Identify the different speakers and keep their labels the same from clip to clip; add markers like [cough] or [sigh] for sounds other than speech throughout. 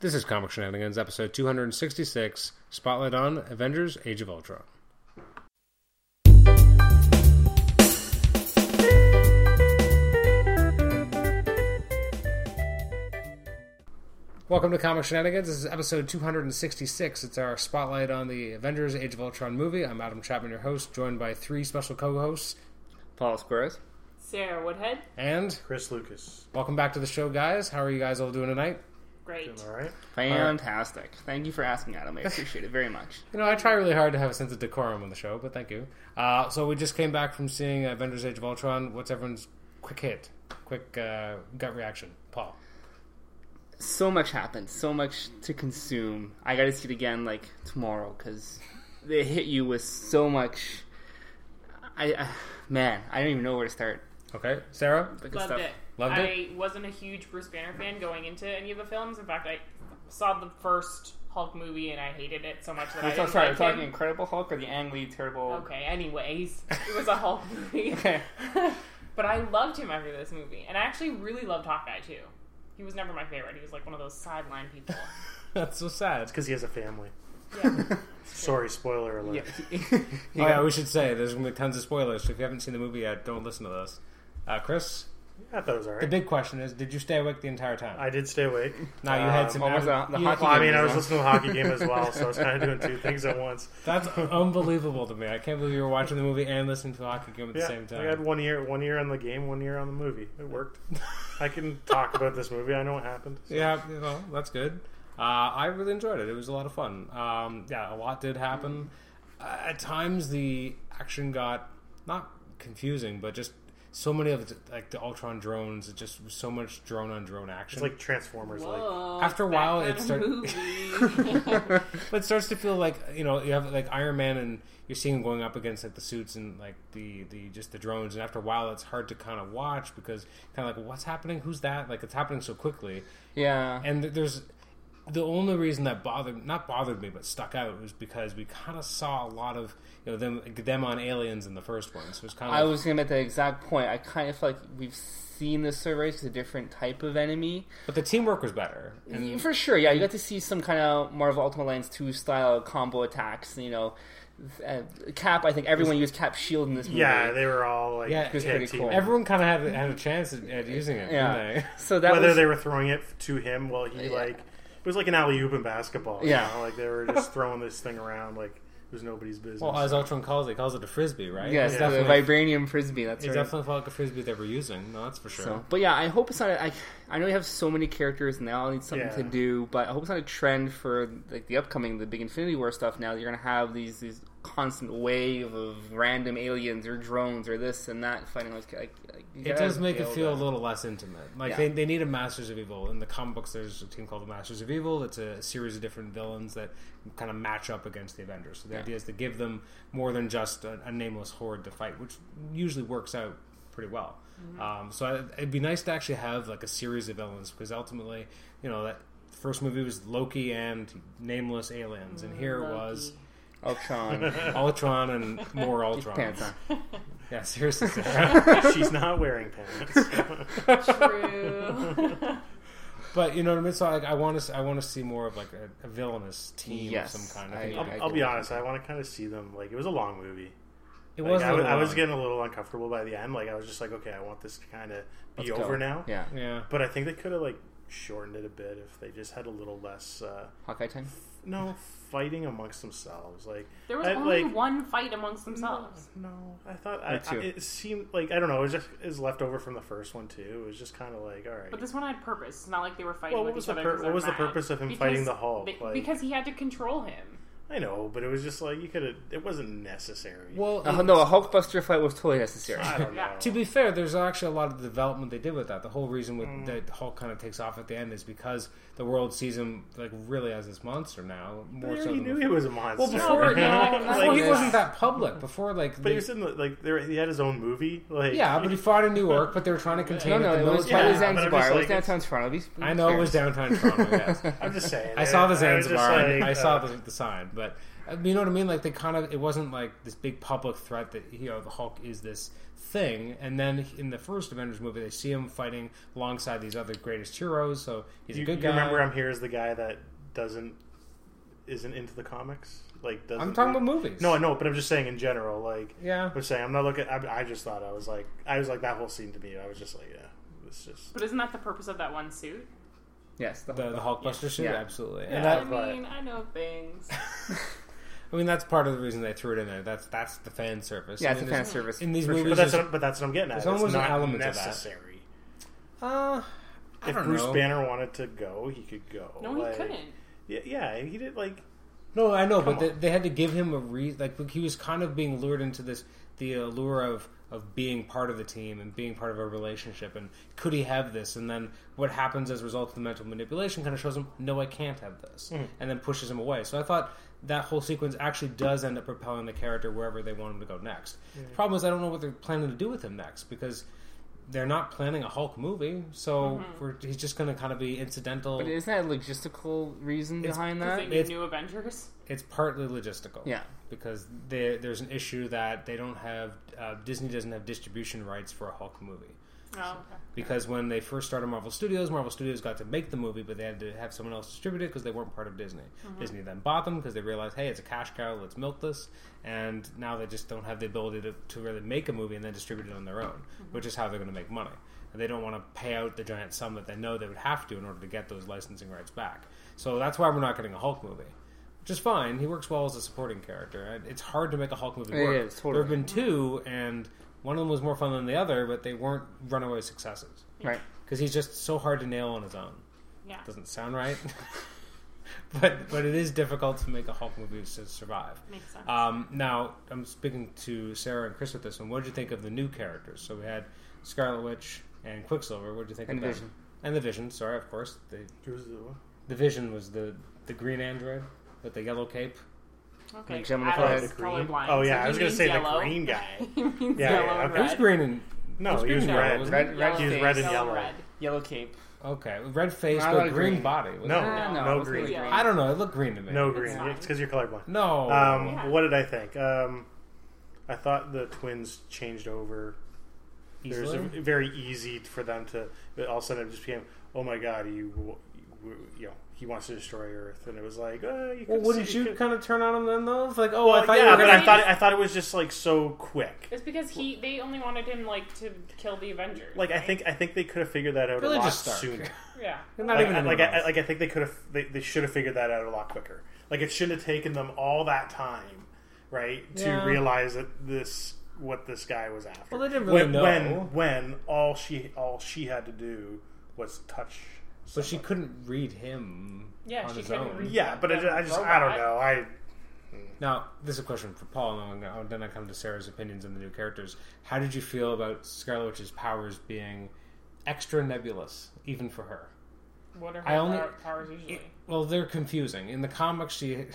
Speaker 1: This is Comic Shenanigans, episode 266, Spotlight on Avengers Age of Ultron. Welcome to Comic Shenanigans. This is episode 266. It's our spotlight on the Avengers Age of Ultron movie. I'm Adam Chapman, your host, joined by three special co hosts.
Speaker 2: Paul Squares.
Speaker 3: Sarah Woodhead,
Speaker 1: And
Speaker 4: Chris Lucas.
Speaker 1: welcome back to the show, guys. How are you guys all doing tonight?
Speaker 3: great.
Speaker 4: All right.
Speaker 2: Fantastic. Thank you for asking, Adam. I appreciate it very much.
Speaker 1: You know, I try really hard to have a sense of decorum on the show, but thank you. Uh, so we just came back from seeing Avengers: Age of Ultron. What's everyone's quick hit, quick uh, gut reaction? Paul.
Speaker 2: So much happened. So much to consume. I got to see it again like tomorrow because they hit you with so much. I, I man, I don't even know where to start.
Speaker 1: Okay, Sarah.
Speaker 2: The good
Speaker 3: Loved
Speaker 2: stuff.
Speaker 3: it.
Speaker 1: Loved
Speaker 3: I
Speaker 1: it?
Speaker 3: wasn't a huge Bruce Banner fan going into any of the films. In fact, I saw the first Hulk movie and I hated it so much that I
Speaker 2: I'm so
Speaker 3: didn't
Speaker 2: sorry. We're
Speaker 3: like
Speaker 2: talking
Speaker 3: him. Oh,
Speaker 2: Incredible Hulk or the Ang Lee terrible.
Speaker 3: Okay,
Speaker 1: [laughs]
Speaker 3: anyways, it was a Hulk movie.
Speaker 2: Okay.
Speaker 3: [laughs] but I loved him after this movie, and I actually really loved Hawkeye too. He was never my favorite. He was like one of those sideline people.
Speaker 1: [laughs] That's so sad.
Speaker 4: Because he has a family.
Speaker 3: Yeah.
Speaker 4: [laughs] Sorry, spoiler alert.
Speaker 2: Yeah. [laughs]
Speaker 1: Oh, yeah, we should say there's gonna be tons of spoilers. So if you haven't seen the movie yet, don't listen to this. Uh, Chris,
Speaker 4: I thought it was all
Speaker 1: the
Speaker 4: right.
Speaker 1: big question is: Did you stay awake the entire time?
Speaker 4: I did
Speaker 1: [laughs]
Speaker 4: stay awake.
Speaker 1: now you had
Speaker 4: Um,
Speaker 1: some.
Speaker 2: what was
Speaker 1: out-
Speaker 2: the- the
Speaker 1: you-
Speaker 2: hockey-
Speaker 4: Well, I mean,
Speaker 2: games,
Speaker 4: I was
Speaker 2: huh?
Speaker 4: listening to a hockey game as well, so I
Speaker 1: [laughs]
Speaker 4: was kind of doing two things at once.
Speaker 1: That's [laughs] unbelievable to me. I can't believe you were watching the movie and listening to the hockey game at the
Speaker 4: Yeah,
Speaker 1: same
Speaker 4: I had
Speaker 1: time.
Speaker 4: one ear, one ear on the game, one ear on the movie.
Speaker 1: [laughs]
Speaker 4: It worked. I can talk about this movie. I know what happened.
Speaker 1: Yeah, you know, that's good. Uh, I really enjoyed it. It was a lot of fun. Um, yeah, a lot did happen. Uh, at times, the action got not confusing, but just so many of the, like the Ultron drones. It just was so much drone on drone action.
Speaker 4: It's like Transformers. Like
Speaker 3: Whoa,
Speaker 1: After a
Speaker 3: that
Speaker 1: while,
Speaker 3: kind
Speaker 1: it
Speaker 3: of
Speaker 1: start-
Speaker 3: movie.
Speaker 1: but it starts to feel like you know you have like Iron Man and you're seeing him going up against like the suits and like the the just the drones and after a while it's hard to kind of watch because kind of like what's happening who's that like it's happening so quickly
Speaker 2: yeah.
Speaker 1: and th- there's the only reason that bothered not bothered me but stuck out was because we kind of saw a lot of you know them them on aliens in the first one so it's kind
Speaker 2: I
Speaker 1: of
Speaker 2: was gonna make the exact point. I kind of feel like we've seen this so race a different type of enemy.
Speaker 1: but the teamwork was better and
Speaker 2: For sure, yeah. You got to see some kind of Marvel Ultimate Alliance 2 style combo attacks, you know. Uh, Cap, I think everyone used Cap Shield in this movie.
Speaker 4: yeah, they were all like
Speaker 1: Yeah, it was
Speaker 4: tag
Speaker 2: pretty
Speaker 4: team.
Speaker 2: cool.
Speaker 1: everyone kind of had had a chance at, at using it didn't
Speaker 2: Yeah.
Speaker 1: they? [laughs]
Speaker 2: So that
Speaker 4: Whether
Speaker 2: was.
Speaker 4: they were throwing it to him while he like it was like an alley oop in basketball. you
Speaker 2: Yeah.
Speaker 4: know? like they were just throwing this thing around like it was nobody's business.
Speaker 1: well as Ultron calls it he calls it a frisbee right
Speaker 2: yes,
Speaker 1: It's
Speaker 4: Yeah.
Speaker 2: the
Speaker 1: definitely-
Speaker 2: Vibranium Frisbee, that's
Speaker 1: It
Speaker 2: right.
Speaker 1: definitely felt like a frisbee they were using. No, that's for sure.
Speaker 2: So, but yeah, I hope it's not. A, I, I know we have so many characters and they all need something
Speaker 4: Yeah.
Speaker 2: to do, but I hope it's not a trend for like the upcoming, the big Infinity War stuff. Now that you're gonna have these these constant wave of random aliens or drones or this and that fighting those. Like, like, you
Speaker 1: it
Speaker 2: gotta
Speaker 1: does make
Speaker 2: be
Speaker 1: it
Speaker 2: able
Speaker 1: feel a
Speaker 2: to-
Speaker 1: little less intimate. Like
Speaker 2: Yeah.
Speaker 1: they, they need a Masters of Evil. In the comic books, there's a team called the Masters of Evil. It's a series of different villains that kind of match up against the Avengers. So the
Speaker 2: Yeah.
Speaker 1: idea is to give them more than just a, a nameless horde to fight, which usually works out pretty well. Um, so I, it'd be nice to actually have like a series of villains because ultimately, you know, that first movie was Loki and nameless aliens, and [laughs] here it was
Speaker 2: Ultron.
Speaker 4: [laughs]
Speaker 1: Ultron and
Speaker 2: [laughs]
Speaker 1: more Ultron.
Speaker 2: Pants on.
Speaker 1: Yeah,
Speaker 2: [laughs]
Speaker 1: seriously. Sarah. [laughs]
Speaker 4: She's not wearing pants.
Speaker 1: [laughs]
Speaker 3: True. [laughs]
Speaker 1: But you know what I mean. So like, I want to, I want to see more of like a, a villainous team
Speaker 2: Yes,
Speaker 1: of some kind. I
Speaker 2: I-
Speaker 1: think
Speaker 2: I-
Speaker 1: it-
Speaker 4: I'll, I'll be honest. I want to kind of see them. Like it was a long movie.
Speaker 1: it
Speaker 4: Like,
Speaker 1: was.
Speaker 4: I, was,
Speaker 1: a
Speaker 4: I was
Speaker 1: long-
Speaker 4: getting a little uncomfortable by the end. Like I was just like, okay, I want this to kind of be
Speaker 2: Let's go.
Speaker 4: over now.
Speaker 2: Yeah.
Speaker 1: Yeah,
Speaker 4: But I think they could have like shortened it a bit if they just had a little less. Uh,
Speaker 2: Hawkeye time.
Speaker 4: no fighting amongst themselves. Like
Speaker 3: There was
Speaker 4: I,
Speaker 3: only
Speaker 4: like,
Speaker 3: one fight amongst themselves.
Speaker 4: No, I thought I, I,
Speaker 2: too.
Speaker 4: it seemed like I don't know. It was just is left over from the first one too. It was just kind of like all right.
Speaker 3: But this one had purpose. It's not like they were fighting
Speaker 4: Well,
Speaker 3: with
Speaker 4: what was
Speaker 3: each
Speaker 4: the
Speaker 3: other.
Speaker 4: pur-
Speaker 3: 'cause
Speaker 4: what
Speaker 3: they're
Speaker 4: was the
Speaker 3: mad.
Speaker 4: purpose of him
Speaker 3: Because
Speaker 4: fighting the Hulk?
Speaker 3: they-
Speaker 4: Like-
Speaker 3: because he had to control him.
Speaker 4: I know, but it was just like you could have. It wasn't necessary.
Speaker 1: Well,
Speaker 2: Uh, no, a Hulkbuster fight was totally necessary.
Speaker 4: I don't know.
Speaker 3: Yeah.
Speaker 1: to be fair, there's actually a lot of development they did with that. The whole reason with,
Speaker 4: Mm.
Speaker 1: that Hulk kind of takes off at the end is because the world sees him like really as this monster now,
Speaker 4: They
Speaker 1: more so.
Speaker 4: already
Speaker 1: Than
Speaker 4: knew
Speaker 1: before.
Speaker 4: he was a monster.
Speaker 1: Well, [laughs] before,
Speaker 4: [laughs]
Speaker 3: no, no.
Speaker 1: before he
Speaker 2: Like,
Speaker 1: wasn't that public. Before like,
Speaker 4: But
Speaker 1: they-
Speaker 4: he was in the, like there, he had his own movie. Like
Speaker 1: yeah, but he fought in New York, but they were
Speaker 2: [laughs]
Speaker 1: trying to contain
Speaker 2: No, no,
Speaker 1: it.
Speaker 2: it
Speaker 1: The
Speaker 2: was,
Speaker 1: military-
Speaker 2: it was
Speaker 4: Yeah, but I'm
Speaker 2: Zanzibar.
Speaker 4: just
Speaker 2: It was
Speaker 4: like, it's-
Speaker 2: downtown Toronto.
Speaker 1: [laughs]
Speaker 2: Be-
Speaker 1: I know it was
Speaker 2: serious. [laughs]
Speaker 1: downtown Toronto. Yes.
Speaker 4: I'm just saying.
Speaker 1: I saw the
Speaker 4: I was just
Speaker 1: Zanzibar. and
Speaker 4: like, [laughs]
Speaker 1: I saw
Speaker 4: uh,
Speaker 1: the, the sign. But uh, you know what I mean? Like they kind of it wasn't like this big public threat that you know the Hulk is this thing. And then in the first Avengers movie, they see him fighting alongside these other greatest heroes. So he's
Speaker 4: you,
Speaker 1: a good
Speaker 4: you
Speaker 1: guy.
Speaker 4: remember I'm here as the guy that doesn't isn't into the comics. Like doesn't
Speaker 1: I'm talking
Speaker 4: read-
Speaker 1: about movies.
Speaker 4: No, I know, but I'm just saying in general. Like
Speaker 1: Yeah.
Speaker 4: I'm saying, I'm not looking. I, I just thought I was like, I was like that whole scene to me. I was just like, yeah, it's just.
Speaker 3: But isn't that the purpose of that one suit?
Speaker 2: Yes, the,
Speaker 1: The, the Hulkbuster suit,
Speaker 2: Yeah.
Speaker 1: absolutely,
Speaker 4: Yeah.
Speaker 1: and that,
Speaker 3: I
Speaker 4: but-
Speaker 3: mean, I know
Speaker 4: [laughs]
Speaker 3: things.
Speaker 1: I mean that's part of the reason they threw it in there. That's that's the fan service.
Speaker 2: yeah,
Speaker 1: I
Speaker 2: it's a
Speaker 1: mean,
Speaker 2: fan
Speaker 1: there's-
Speaker 2: service.
Speaker 1: in these
Speaker 2: for sure.
Speaker 1: movies.
Speaker 4: But that's
Speaker 1: just-
Speaker 4: what, but that's what I'm getting at.
Speaker 1: there's
Speaker 4: It's
Speaker 1: almost an
Speaker 4: not
Speaker 1: element of that.
Speaker 4: necessary.
Speaker 1: Uh, I
Speaker 4: If
Speaker 1: don't
Speaker 4: Bruce
Speaker 1: know.
Speaker 4: Banner wanted to go, he could go.
Speaker 3: No,
Speaker 4: like,
Speaker 3: he couldn't.
Speaker 4: Yeah, yeah, he did. Like
Speaker 1: No, I know,
Speaker 4: Come
Speaker 1: but they,
Speaker 4: on.
Speaker 1: they had to give him a reason. Like look, he was kind of being lured into this the allure of of being part of the team and being part of a relationship. And could he have this? And then what happens as a result of the mental manipulation kind of shows him, no, I can't have this, and then pushes him away. So I thought that whole sequence actually does end up propelling the character wherever they want him to go next. The problem is I don't know what they're planning to do with him next because. They're not planning a Hulk movie, so we're, he's just going to kind of be incidental.
Speaker 2: But isn't that a logistical reason
Speaker 1: It's-
Speaker 2: behind
Speaker 3: Because
Speaker 2: that?
Speaker 3: they
Speaker 1: It's-
Speaker 3: need new Avengers.
Speaker 1: it's partly logistical.
Speaker 2: Yeah.
Speaker 1: because they, there's an issue that they don't have uh, Disney doesn't have distribution rights for a Hulk movie
Speaker 3: Oh,
Speaker 1: because when they first started Marvel Studios, Marvel Studios got to make the movie, but they had to have someone else distribute it because they weren't part of Disney. Disney then bought them because they realized, hey, it's a cash cow, let's milk this, and now they just don't have the ability to, to really make a movie and then distribute it on their own, which is how they're going to make money. And they don't want to pay out the giant sum that they know they would have to in order to get those licensing rights back. So that's why we're not getting a Hulk movie. Which is fine. He works well as a supporting character. and It's hard to make a Hulk movie
Speaker 2: It
Speaker 1: work.
Speaker 2: is, totally.
Speaker 1: There have been two, and one of them was more fun than the other, but they weren't runaway successes
Speaker 2: Right.
Speaker 1: because he's just so hard to nail on his own.
Speaker 3: yeah.
Speaker 1: Doesn't sound right, [laughs] but but it is difficult to make a Hulk movie to survive.
Speaker 3: Makes sense.
Speaker 1: Um, now I'm speaking to Sarah and Chris with this one. What did you think of the new characters? So we had Scarlet Witch and Quicksilver. What did you think
Speaker 2: And
Speaker 1: of them?
Speaker 2: Vision.
Speaker 1: And the Vision. Sorry, of course. The
Speaker 4: who's the one?
Speaker 1: the Vision was the the green android with the yellow cape.
Speaker 3: okay.
Speaker 2: Like Gemini
Speaker 3: Adam's
Speaker 2: Flies.
Speaker 3: colorblind, so
Speaker 4: Oh yeah,
Speaker 3: he
Speaker 4: I was gonna
Speaker 3: means
Speaker 4: say
Speaker 3: yellow.
Speaker 4: the green guy.
Speaker 3: [laughs] he means
Speaker 4: Yeah,
Speaker 3: yellow
Speaker 4: yeah,
Speaker 3: and
Speaker 4: okay.
Speaker 1: Who's
Speaker 3: red.
Speaker 1: green and
Speaker 4: No,
Speaker 1: Who's
Speaker 4: he was
Speaker 1: green now,
Speaker 4: red.
Speaker 1: wasn't
Speaker 2: Red, red,
Speaker 3: Yellow
Speaker 4: He was
Speaker 3: face,
Speaker 4: red and
Speaker 3: yellow,
Speaker 4: yellow.
Speaker 3: red.
Speaker 2: yellow cape.
Speaker 1: okay red face
Speaker 2: Not a lot
Speaker 1: but
Speaker 2: of
Speaker 1: green,
Speaker 2: green.
Speaker 1: body? wasn't
Speaker 4: No,
Speaker 1: it?
Speaker 2: Ah,
Speaker 4: no,
Speaker 2: no, it's
Speaker 4: green.
Speaker 2: really
Speaker 3: green.
Speaker 1: I don't know. It looked Oh, green to me.
Speaker 4: No green.
Speaker 3: fine.
Speaker 4: It's because you're colorblind.
Speaker 1: no.
Speaker 4: Um,
Speaker 3: Yeah.
Speaker 4: What did I think? Um, I thought the twins changed over. There was a,
Speaker 1: Easily?
Speaker 4: very easy for them to. but All of a sudden, it just became, oh my god, you, you, you know, he wants to destroy Earth, and it was like, oh, you
Speaker 1: Well,
Speaker 4: could
Speaker 1: wouldn't
Speaker 4: see,
Speaker 1: you
Speaker 4: could-
Speaker 1: kind of turn on him then, though? It's like, oh,
Speaker 4: Well,
Speaker 1: I thought you
Speaker 4: yeah,
Speaker 1: were
Speaker 4: but
Speaker 1: gonna.
Speaker 4: I thought I thought it was just like so quick.
Speaker 3: It's because he they only wanted him like to kill the Avengers.
Speaker 4: Like I
Speaker 3: right?
Speaker 4: think I think they could have figured that out
Speaker 1: Really
Speaker 4: a lot
Speaker 1: just Stark.
Speaker 4: sooner.
Speaker 3: Yeah.
Speaker 1: Not
Speaker 4: Like,
Speaker 1: even
Speaker 4: I,
Speaker 1: in
Speaker 4: like,
Speaker 1: the
Speaker 4: I,
Speaker 1: Marvels.
Speaker 4: like I think they could have they, they should have figured that out a lot quicker. Like it shouldn't have taken them all that time, right, to
Speaker 1: Yeah.
Speaker 4: realize that this what this guy was after.
Speaker 1: Well, they didn't really
Speaker 4: when,
Speaker 1: know.
Speaker 4: when when all she all she had to do was touch.
Speaker 1: So she
Speaker 4: someone.
Speaker 1: couldn't read him.
Speaker 3: Yeah,
Speaker 1: on
Speaker 3: she
Speaker 1: his
Speaker 3: couldn't
Speaker 1: own.
Speaker 3: read-
Speaker 4: Yeah, but it, I just I don't know. I
Speaker 1: Now, this is a question for Paul, and then I'll- then I come to Sarah's opinions on the new characters. How did you feel about Scarlet Witch's powers being extra nebulous, even for her?
Speaker 3: What are her
Speaker 1: I only-
Speaker 3: power- powers usually?
Speaker 1: Well, they're confusing. In the comics, she.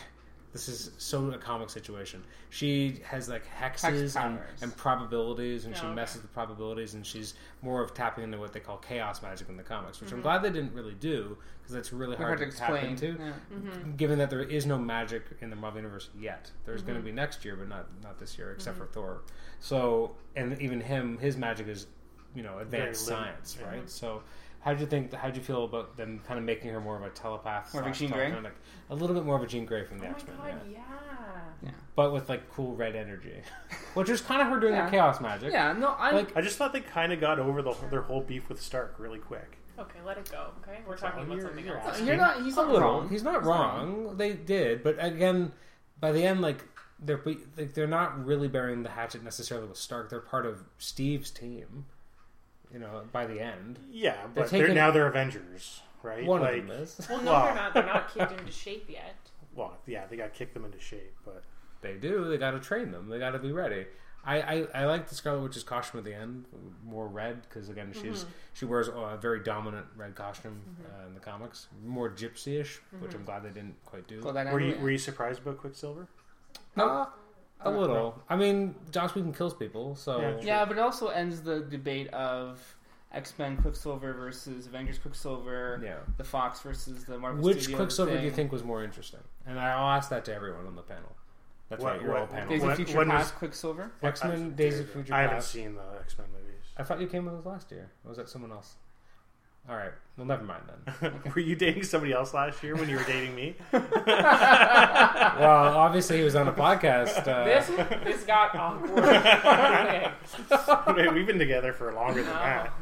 Speaker 1: This is so a comic situation. She has like hexes
Speaker 2: Hex
Speaker 1: and,
Speaker 2: powers.
Speaker 1: and probabilities, and
Speaker 3: Oh,
Speaker 1: she
Speaker 3: okay.
Speaker 1: messes with probabilities, and she's more of tapping into what they call chaos magic in the comics, which I'm glad they didn't really do because that's really
Speaker 2: Hard
Speaker 1: hard,
Speaker 2: to
Speaker 1: tap
Speaker 2: explain.
Speaker 1: into.
Speaker 2: Yeah.
Speaker 1: Given that there is no magic in the Marvel universe yet, there's
Speaker 3: Mm-hmm.
Speaker 1: going to be next year, but not not this year, except for Thor. So, and even him, his magic is, you know, advanced
Speaker 4: limited,
Speaker 1: science,
Speaker 4: yeah.
Speaker 1: right? So, how do you think? How do you feel about them kind of making her more of a telepath?
Speaker 2: More of a
Speaker 1: slash
Speaker 2: Jean Grey?
Speaker 1: telekinetic? A little bit more of a Jean Grey from the
Speaker 3: Oh
Speaker 1: X Men,
Speaker 3: my god, yeah.
Speaker 1: but with like cool red energy, [laughs] which is kind of her doing
Speaker 2: Yeah.
Speaker 1: the chaos magic.
Speaker 2: Yeah, no, I
Speaker 1: Like-
Speaker 2: like.
Speaker 4: I just thought they kind of got over the, their whole beef with Stark really quick.
Speaker 3: Okay, let it go. Okay, we're
Speaker 4: So
Speaker 3: talking about
Speaker 4: you're-
Speaker 3: something
Speaker 4: you're
Speaker 3: else.
Speaker 2: You're not. He's
Speaker 1: a
Speaker 2: not
Speaker 1: little.
Speaker 2: wrong.
Speaker 1: He's not
Speaker 2: He's not
Speaker 1: wrong. They did, but again, by the end, like they're be- like they're not really burying the hatchet necessarily with Stark. They're part of Steve's team. You know, by the end,
Speaker 4: Yeah, but they're
Speaker 1: taking-
Speaker 4: now they're Avengers, right?
Speaker 1: one
Speaker 4: like,
Speaker 1: of them is.
Speaker 3: Well, no,
Speaker 4: Wow.
Speaker 3: they're not. They're not kicked into shape yet.
Speaker 4: well, yeah, they got kicked them into shape, but
Speaker 1: They do. They got to train them. They got to be ready. I, I, I like the Scarlet Witch's costume at the end, more red because again she's
Speaker 2: Mm-hmm.
Speaker 1: she wears a very dominant red costume uh, in the comics, more gypsy-ish, which
Speaker 2: Mm-hmm.
Speaker 1: I'm glad they didn't quite do.
Speaker 2: Well, that
Speaker 4: were you
Speaker 2: anyway.
Speaker 4: were you surprised about Quicksilver?
Speaker 1: Uh, a little. I mean, Joss Whedon kills people, so
Speaker 4: Yeah.
Speaker 2: Yeah, but it also ends the debate of X Men Quicksilver versus Avengers Quicksilver,
Speaker 1: Yeah.
Speaker 2: the Fox versus the Marvel.
Speaker 1: Which
Speaker 2: Studios
Speaker 1: Quicksilver do you
Speaker 2: thing.
Speaker 1: think was more interesting? And I'll ask that to everyone on the panel. That's
Speaker 4: What-
Speaker 1: right, your
Speaker 4: what-
Speaker 1: all panel.
Speaker 2: Days of
Speaker 4: When-
Speaker 2: Future
Speaker 4: when
Speaker 2: Past
Speaker 4: was-
Speaker 2: Quicksilver.
Speaker 1: X Men, Days of Future
Speaker 4: I haven't
Speaker 1: Past.
Speaker 4: seen the X Men
Speaker 1: [laughs]
Speaker 4: movies. [laughs]
Speaker 1: I thought you came with us last year. Or was that someone else? All right. Well, never mind
Speaker 4: [laughs]
Speaker 1: then.
Speaker 4: were you dating somebody else last year when you were dating me? [laughs]
Speaker 1: well, obviously he was on a podcast.
Speaker 4: [laughs]
Speaker 1: Uh,
Speaker 3: This this got
Speaker 1: [laughs]
Speaker 3: awkward. Okay.
Speaker 4: We've been together for longer than that.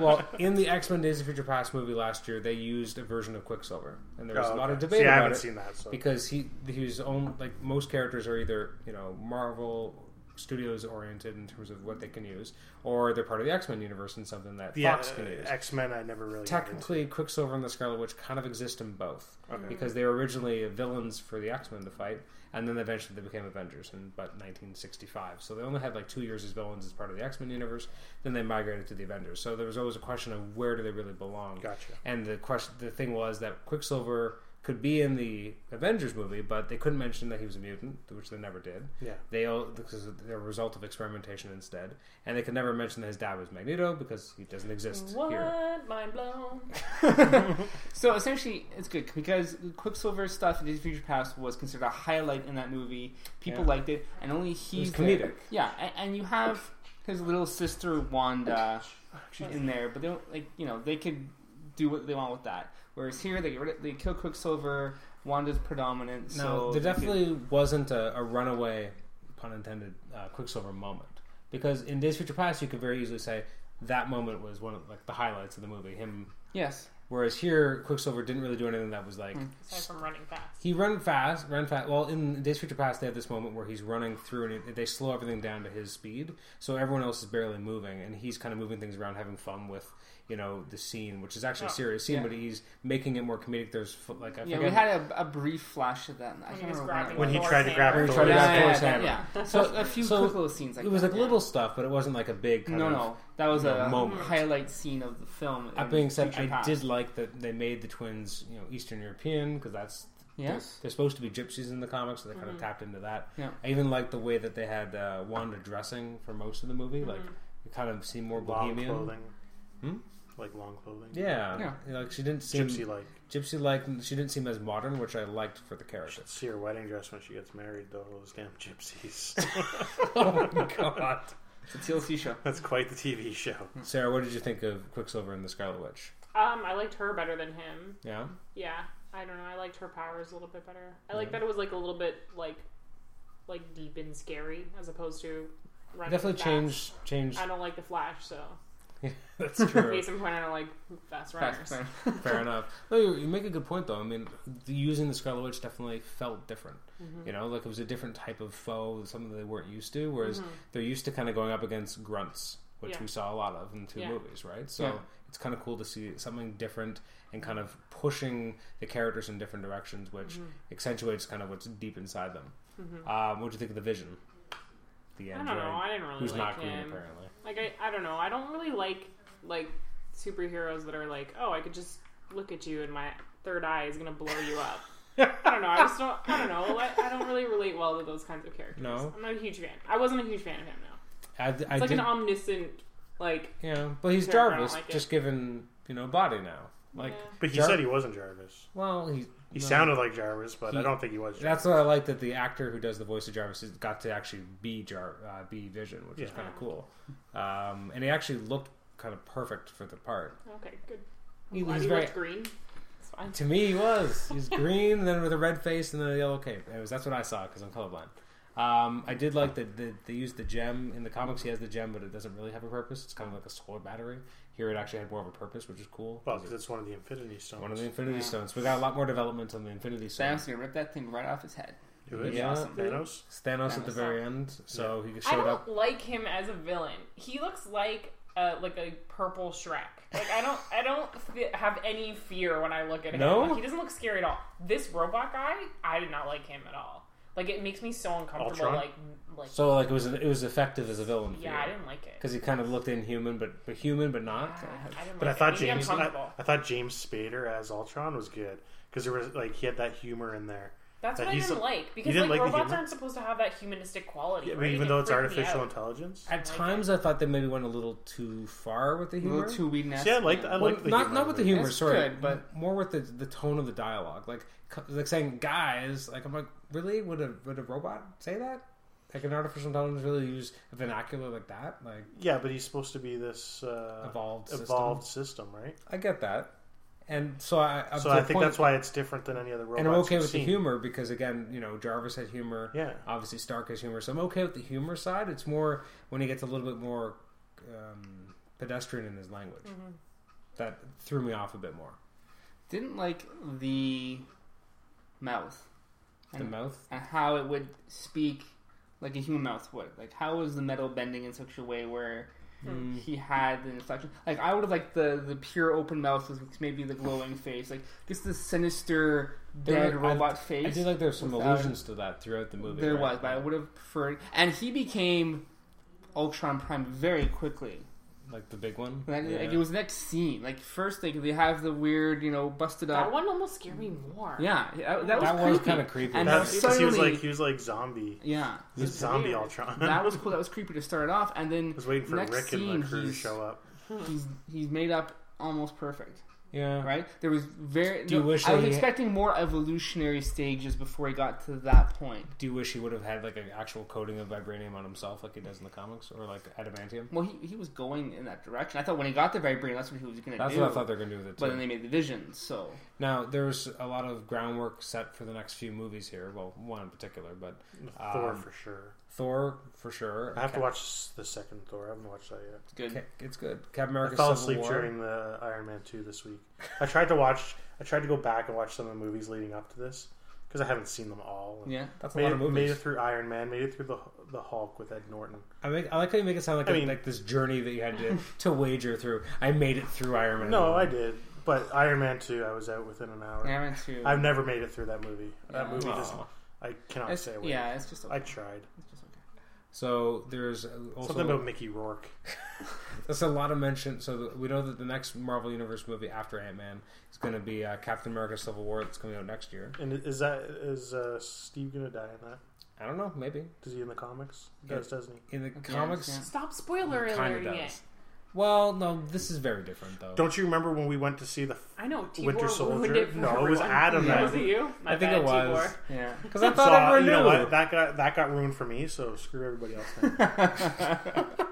Speaker 1: well, in the X Men Days of Future Past movie last year, they used a version of Quicksilver, and there was
Speaker 4: Oh,
Speaker 1: a lot of
Speaker 4: okay.
Speaker 1: debate
Speaker 4: See, I
Speaker 1: about
Speaker 4: haven't
Speaker 1: it
Speaker 4: seen that. So.
Speaker 1: because he his own like most characters are either you know Marvel Studios oriented in terms of what they can use, or they're part of the X Men universe and something that
Speaker 4: yeah,
Speaker 1: Fox can use.
Speaker 4: X Men, uh, I never really. got into.
Speaker 1: Technically, Quicksilver and the Scarlet Witch kind of exist in both
Speaker 4: Okay.
Speaker 1: because they were originally villains for the X Men to fight, and then eventually they became Avengers in about 1965. So they only had like two years as villains as part of the X Men universe. Then they migrated to the Avengers. So there was always a question of where do they really belong.
Speaker 4: Gotcha.
Speaker 1: And the question, the thing was that Quicksilver could be in the Avengers movie, but they couldn't mention that he was a mutant, which they never did.
Speaker 4: Yeah.
Speaker 1: They all because they're a result of experimentation instead, and they could never mention that his dad was Magneto because he doesn't exist
Speaker 3: What?
Speaker 1: here.
Speaker 3: Mind blown.
Speaker 2: So essentially, it's good because Quicksilver stuff in Days of Future Past was considered a highlight in that movie. People
Speaker 1: Yeah.
Speaker 2: liked it, and only he's
Speaker 1: comedic.
Speaker 2: there. Yeah, and, and you have his little sister Wanda in there, but they don't like you know they could do what they want with that. Whereas here, they get rid of, they kill Quicksilver. Wanda's predominant.
Speaker 1: No,
Speaker 2: so
Speaker 1: there
Speaker 2: they could-
Speaker 1: definitely wasn't a, a runaway, pun intended, uh, Quicksilver moment. Because in Days of Future Past, you could very easily say that moment was one of like the highlights of the movie. Him,
Speaker 2: yes.
Speaker 1: whereas here, Quicksilver didn't really do anything that was
Speaker 2: Mm.
Speaker 1: like
Speaker 3: Aside from running fast.
Speaker 1: he ran fast, ran fast. Well, in Days of Future Past, they have this moment where he's running through, and it- they slow everything down to his speed, so everyone else is barely moving, and he's kind of moving things around, having fun with. You know the scene, which is actually a
Speaker 3: Oh,
Speaker 1: serious scene,
Speaker 2: yeah.
Speaker 1: but he's making it more comedic. There's fo- like I
Speaker 2: Yeah, we
Speaker 1: forget-
Speaker 2: had a, a brief flash of that. I
Speaker 3: When
Speaker 2: can't
Speaker 3: he was
Speaker 2: remember
Speaker 3: grabbing
Speaker 2: when
Speaker 4: When
Speaker 2: it
Speaker 4: he
Speaker 3: Thor's
Speaker 4: tried to
Speaker 3: hand.
Speaker 4: grab
Speaker 1: When he
Speaker 4: Thor's
Speaker 1: tried
Speaker 2: was.
Speaker 1: to grab
Speaker 2: yeah,
Speaker 4: hand.
Speaker 1: Thor's
Speaker 2: yeah,
Speaker 1: hammer.
Speaker 2: yeah, yeah. So a few
Speaker 1: So,
Speaker 2: quick little scenes. Like
Speaker 1: it was
Speaker 2: that,
Speaker 1: like
Speaker 2: yeah.
Speaker 1: little stuff, but it wasn't like a big. Kind
Speaker 2: No,
Speaker 1: of,
Speaker 2: no, that was
Speaker 1: you know,
Speaker 2: a
Speaker 1: moment.
Speaker 2: highlight scene of the film. in
Speaker 1: That being said,
Speaker 2: Future
Speaker 1: I
Speaker 2: Past.
Speaker 1: did like that they made the twins, you know, Eastern European because that's
Speaker 2: Yes.
Speaker 1: they're supposed to be gypsies in the comics, so they kind of tapped into that.
Speaker 2: Yeah.
Speaker 1: I even liked the way that they had uh, Wanda dressing for most of the
Speaker 3: Mm-hmm.
Speaker 1: movie, like you kind of see more
Speaker 4: long
Speaker 1: bohemian.
Speaker 4: clothing.
Speaker 1: Hmm?
Speaker 4: Like long clothing.
Speaker 1: Yeah,
Speaker 2: Yeah.
Speaker 1: You know, like she didn't seem
Speaker 4: Gypsy like.
Speaker 1: gypsy like she didn't seem as modern, which I liked for the character.
Speaker 4: Should see her wedding dress when she gets married, though. Those damn gypsies.
Speaker 1: [laughs]
Speaker 4: [laughs]
Speaker 1: oh [laughs] my god,
Speaker 2: It's a TLC show.
Speaker 4: That's quite the TV show.
Speaker 1: Sarah, what did you think of Quicksilver and the Scarlet Witch?
Speaker 3: Um, I liked her better than him.
Speaker 1: Yeah,
Speaker 3: Yeah, I don't know. I liked her powers a little bit better. I like that it was like a little bit like like deep and scary as opposed to running
Speaker 1: definitely
Speaker 3: fast.
Speaker 1: changed changed.
Speaker 3: I don't like the Flash, so
Speaker 1: [laughs] That's true.
Speaker 3: [laughs] case in point, I don't like fast runners.
Speaker 2: Fast plan.
Speaker 1: Fair enough. No, you, you make a good point though. I mean, the, using the Scarlet Witch definitely felt different.
Speaker 3: Mm-hmm.
Speaker 1: You know, like it was a different type of foe, something that they weren't used to. Whereas they're used to kind of going up against grunts, which
Speaker 3: Mm-hmm. Yeah.
Speaker 1: we saw a lot of in two
Speaker 3: Yeah.
Speaker 1: movies, right? So
Speaker 2: Yeah.
Speaker 1: it's kind of cool to see something different and kind of pushing the characters in different directions, which
Speaker 3: Mm-hmm.
Speaker 1: accentuates kind of what's deep inside them. Um, what do you think of the Vision? The
Speaker 3: I don't know. I didn't really
Speaker 1: who's
Speaker 3: like
Speaker 1: not
Speaker 3: him.
Speaker 1: green apparently.
Speaker 3: Like I, I don't know. I don't really like like superheroes that are like, oh, I could just look at you and my third eye is gonna blow
Speaker 1: [laughs]
Speaker 3: you up. I don't know. I just don't. I don't know. I, I don't really relate well to those kinds of characters.
Speaker 1: No.
Speaker 3: I'm not a huge fan. I wasn't a huge fan of him. No,
Speaker 1: I, I
Speaker 3: it's like
Speaker 1: did-
Speaker 3: an omniscient like.
Speaker 1: Yeah, but he's
Speaker 3: Yeah, I don't
Speaker 1: Jarvis,
Speaker 3: like it.
Speaker 1: just given you know body now. Like,
Speaker 3: Yeah.
Speaker 4: But he
Speaker 1: Jar-
Speaker 4: said he wasn't Jarvis.
Speaker 1: well, he
Speaker 4: He
Speaker 1: no.
Speaker 4: sounded like Jarvis, but
Speaker 1: He-
Speaker 4: I don't think he was. Jarvis.
Speaker 1: That's what I like that the actor who does the voice of Jarvis has got to actually be Jar uh, be Vision, which is
Speaker 4: Yeah.
Speaker 1: kind of cool. Um, and he actually looked kind of perfect for the part.
Speaker 3: Okay, good.
Speaker 1: He
Speaker 3: Glad
Speaker 1: was
Speaker 3: he
Speaker 1: very-
Speaker 3: looked green. It's fine.
Speaker 1: To me, he was.
Speaker 3: [laughs]
Speaker 1: He's green, then with a red face, and then a yellow cape. It was, that's what I saw because I'm colorblind. Um, I did like that the, they used the gem in the comics. He has the gem, but it doesn't really have a purpose. It's kind of like a solar battery. Here, it actually had more of a purpose, which is cool.
Speaker 4: Well, 'cause it's one of the Infinity Stones.
Speaker 1: One of the Infinity
Speaker 2: Yeah.
Speaker 1: Stones. We got a lot more development on the Infinity
Speaker 2: Thanos
Speaker 1: Stones.
Speaker 2: gonna rip that thing right off his head.
Speaker 4: Who is?
Speaker 1: Yeah.
Speaker 4: Thanos.
Speaker 1: Thanos, at
Speaker 2: Thanos.
Speaker 1: the very end, so he
Speaker 3: I
Speaker 1: showed
Speaker 3: don't
Speaker 1: up.
Speaker 3: like him as a villain. He looks like a, like a purple Shrek. Like I don't I don't f- have any fear when I look at him.
Speaker 1: No?
Speaker 3: Like, he doesn't look scary at all. This robot guy, I did not like him at all. Like it makes me so uncomfortable.
Speaker 4: Ultron?
Speaker 3: Like like
Speaker 1: So like it was it was effective as a villain.
Speaker 3: yeah, I didn't like it.
Speaker 1: because he kind of looked inhuman, but but human, but not.
Speaker 3: I didn't
Speaker 4: But I
Speaker 3: like
Speaker 4: thought
Speaker 3: it. It made me
Speaker 4: James. uh, I,
Speaker 3: uncomfortable.
Speaker 4: I thought James Spader as Ultron was good because there was like he had that humor in there.
Speaker 3: That's
Speaker 4: That
Speaker 3: what I
Speaker 4: he's
Speaker 3: didn't
Speaker 4: a-
Speaker 3: like because
Speaker 4: didn't
Speaker 3: like,
Speaker 4: like the
Speaker 3: robots
Speaker 4: humor?
Speaker 3: aren't supposed to have that humanistic quality.
Speaker 4: Yeah, but
Speaker 3: right?
Speaker 4: even
Speaker 3: It
Speaker 4: though it's
Speaker 3: freaked me
Speaker 4: artificial
Speaker 3: out.
Speaker 4: intelligence,
Speaker 1: At
Speaker 3: like
Speaker 1: times, I thought they maybe went a little too far with the
Speaker 2: A
Speaker 1: humor.
Speaker 2: little too weak.
Speaker 4: See, I liked- I
Speaker 1: Well,
Speaker 4: liked- the
Speaker 1: not
Speaker 4: humor
Speaker 1: not with the
Speaker 4: of it.
Speaker 1: humor,
Speaker 2: It's
Speaker 1: sorry,
Speaker 2: good, but-
Speaker 1: more with the the tone of the dialogue. Like c- like saying guys, like I'm like really would a would a robot say that? Like an artificial intelligence really use a vernacular like that? Like
Speaker 4: yeah, but he's supposed to be this uh,
Speaker 1: evolved system?
Speaker 4: evolved system, right?
Speaker 1: I get that, and so I up
Speaker 4: so
Speaker 1: Uh, to
Speaker 4: I
Speaker 1: a
Speaker 4: think
Speaker 1: point-
Speaker 4: that's why it's different than any other robot.
Speaker 1: and I'm okay
Speaker 4: you've
Speaker 1: with the
Speaker 4: seen.
Speaker 1: humor because again, you know, Jarvis had humor.
Speaker 4: Yeah,
Speaker 1: Obviously, Stark has humor, so I'm okay with the humor side. It's more when he gets a little bit more um, pedestrian in his language
Speaker 3: Mm-hmm.
Speaker 1: that threw me off a bit more.
Speaker 2: Didn't like the mouth
Speaker 1: The
Speaker 2: Mm.
Speaker 1: mouth
Speaker 2: and how it would speak like a human mouth would. Like how was the metal bending in such a way where
Speaker 1: Mm.
Speaker 2: he had the inflection? Like I would have liked the the pure open mouth with maybe the glowing face, like just the sinister
Speaker 1: There
Speaker 2: dead
Speaker 1: were- I-
Speaker 2: robot face.
Speaker 1: I do like there's some
Speaker 2: without-
Speaker 1: allusions to that throughout the movie.
Speaker 2: there
Speaker 1: right?
Speaker 2: was, but I would have preferred. And he became Ultron Prime very quickly.
Speaker 1: like the big one.
Speaker 2: Like,
Speaker 1: Yeah.
Speaker 2: like, it was the next scene. Like first, like they have the weird, you know, busted
Speaker 3: That
Speaker 2: up.
Speaker 3: one almost scared me more.
Speaker 2: Yeah, that, that was
Speaker 1: That was
Speaker 2: creepy.
Speaker 1: kinda creepy.
Speaker 2: And
Speaker 4: that's
Speaker 2: how
Speaker 4: because he was
Speaker 2: suddenly-
Speaker 4: like he was like zombie,
Speaker 2: yeah,
Speaker 4: he was zombie
Speaker 3: weird.
Speaker 4: Ultron.
Speaker 2: that was cool. That was creepy to start off, and then
Speaker 4: [laughs] I was waiting for
Speaker 2: Next
Speaker 4: Rick and
Speaker 2: scene,
Speaker 4: the crew to
Speaker 2: he's-
Speaker 4: show up.
Speaker 2: he's he's made up almost perfect,
Speaker 1: Yeah.
Speaker 2: right? There was very.
Speaker 1: Do you
Speaker 2: no,
Speaker 1: wish
Speaker 2: I was
Speaker 1: they-
Speaker 2: expecting more evolutionary stages before he got to that point.
Speaker 1: Do you wish he would have had like an actual coating of vibranium on himself, like he does in the comics, or like adamantium?
Speaker 2: Well, he, he was going in that direction. I thought when he got the vibranium, that's what he was going to
Speaker 1: That's
Speaker 2: do.
Speaker 1: what I thought they were gonna do with it. Too.
Speaker 2: but then they made the vision. So
Speaker 1: Now there's a lot of groundwork set for the next few movies here. Well, one in particular, but
Speaker 4: Thor
Speaker 1: Um,
Speaker 4: for sure.
Speaker 1: Thor for sure.
Speaker 4: I have to
Speaker 1: Cap-
Speaker 4: watch s- the second Thor. I haven't watched that yet.
Speaker 2: it's good.
Speaker 1: Ca- it's good. Captain
Speaker 4: I
Speaker 1: America
Speaker 4: fell
Speaker 1: Civil
Speaker 4: asleep
Speaker 1: War.
Speaker 4: during the Iron Man two this week. I tried to watch. I tried to go back and watch some of the movies leading up to this because I haven't seen them all. And
Speaker 2: Yeah.
Speaker 1: That's a
Speaker 4: Made
Speaker 1: lot of
Speaker 4: it, made
Speaker 1: movies.
Speaker 4: it through Iron Man. Made it through the the Hulk with Ed Norton.
Speaker 1: I, make, I like how you make it sound like
Speaker 4: I
Speaker 1: a-
Speaker 4: mean-
Speaker 1: like this journey that you had
Speaker 4: [laughs]
Speaker 1: to, to wager through. I made it through Iron Man.
Speaker 4: No, I did, but Iron Man two, I was out within an hour.
Speaker 2: Aaron too.
Speaker 4: I've never made it through that movie. That
Speaker 2: Yeah.
Speaker 4: movie
Speaker 1: Aw.
Speaker 4: just I cannot
Speaker 2: It's-
Speaker 4: say what.
Speaker 2: yeah, it's just okay.
Speaker 4: I tried.
Speaker 2: It's just okay.
Speaker 1: So there's also
Speaker 4: Something about Mickey Rourke.
Speaker 1: That's a lot of mention. So th- we know that the next Marvel Universe movie after Ant Man is going to be uh, Captain America: Civil War. That's coming out next year.
Speaker 4: And is that is uh, Steve gonna die in that?
Speaker 1: I don't know. Maybe
Speaker 4: Does he in the comics? He
Speaker 1: Yeah.
Speaker 4: Does doesn't he?
Speaker 1: in the
Speaker 2: At the end,
Speaker 1: comics,
Speaker 2: yeah.
Speaker 3: Stop spoiler
Speaker 1: kind of
Speaker 3: alerting it.
Speaker 1: does. Well, no, this is very different though.
Speaker 4: Don't you remember when we went to see the
Speaker 3: I know. Tibor
Speaker 4: Winter
Speaker 3: ruined
Speaker 4: Soldier?
Speaker 3: it for
Speaker 4: No, it was
Speaker 3: everyone.
Speaker 4: Adam.
Speaker 2: Yeah.
Speaker 4: that
Speaker 3: Was it you? My
Speaker 1: I think
Speaker 3: bad,
Speaker 1: it was.
Speaker 3: Tibor.
Speaker 2: Yeah.
Speaker 1: Because I thought
Speaker 4: So,
Speaker 1: everyone
Speaker 4: you
Speaker 1: knew.
Speaker 4: know what? That got that got ruined for me. So screw everybody else.
Speaker 1: [laughs]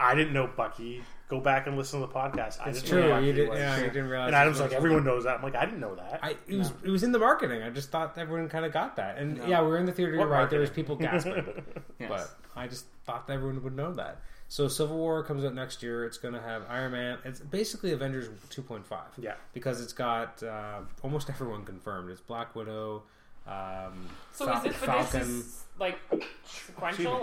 Speaker 4: Now. I didn't know Bucky. Go back and listen to the podcast. I
Speaker 1: It's
Speaker 4: didn't
Speaker 1: true.
Speaker 4: know Bucky
Speaker 1: You didn't.
Speaker 4: was.
Speaker 1: Yeah, you didn't realize.
Speaker 4: And Adam's like, everyone knows that. I'm like, I didn't know that.
Speaker 1: I, it was it was in the marketing. I just thought everyone kind of got that. And
Speaker 2: No.
Speaker 1: yeah, we were in the theater.
Speaker 4: What
Speaker 1: You're right. There was
Speaker 4: marketing?
Speaker 1: people gasping.
Speaker 4: [laughs]
Speaker 2: Yes.
Speaker 1: But I just thought that everyone would know that. So Civil War comes out next year. It's going to have Iron Man. It's basically Avengers 2.5.
Speaker 4: Yeah.
Speaker 1: Because it's got uh, almost everyone confirmed. It's Black Widow, um,
Speaker 3: So
Speaker 1: Fal-
Speaker 3: is it? But
Speaker 1: Falcon.
Speaker 3: this is like sequential.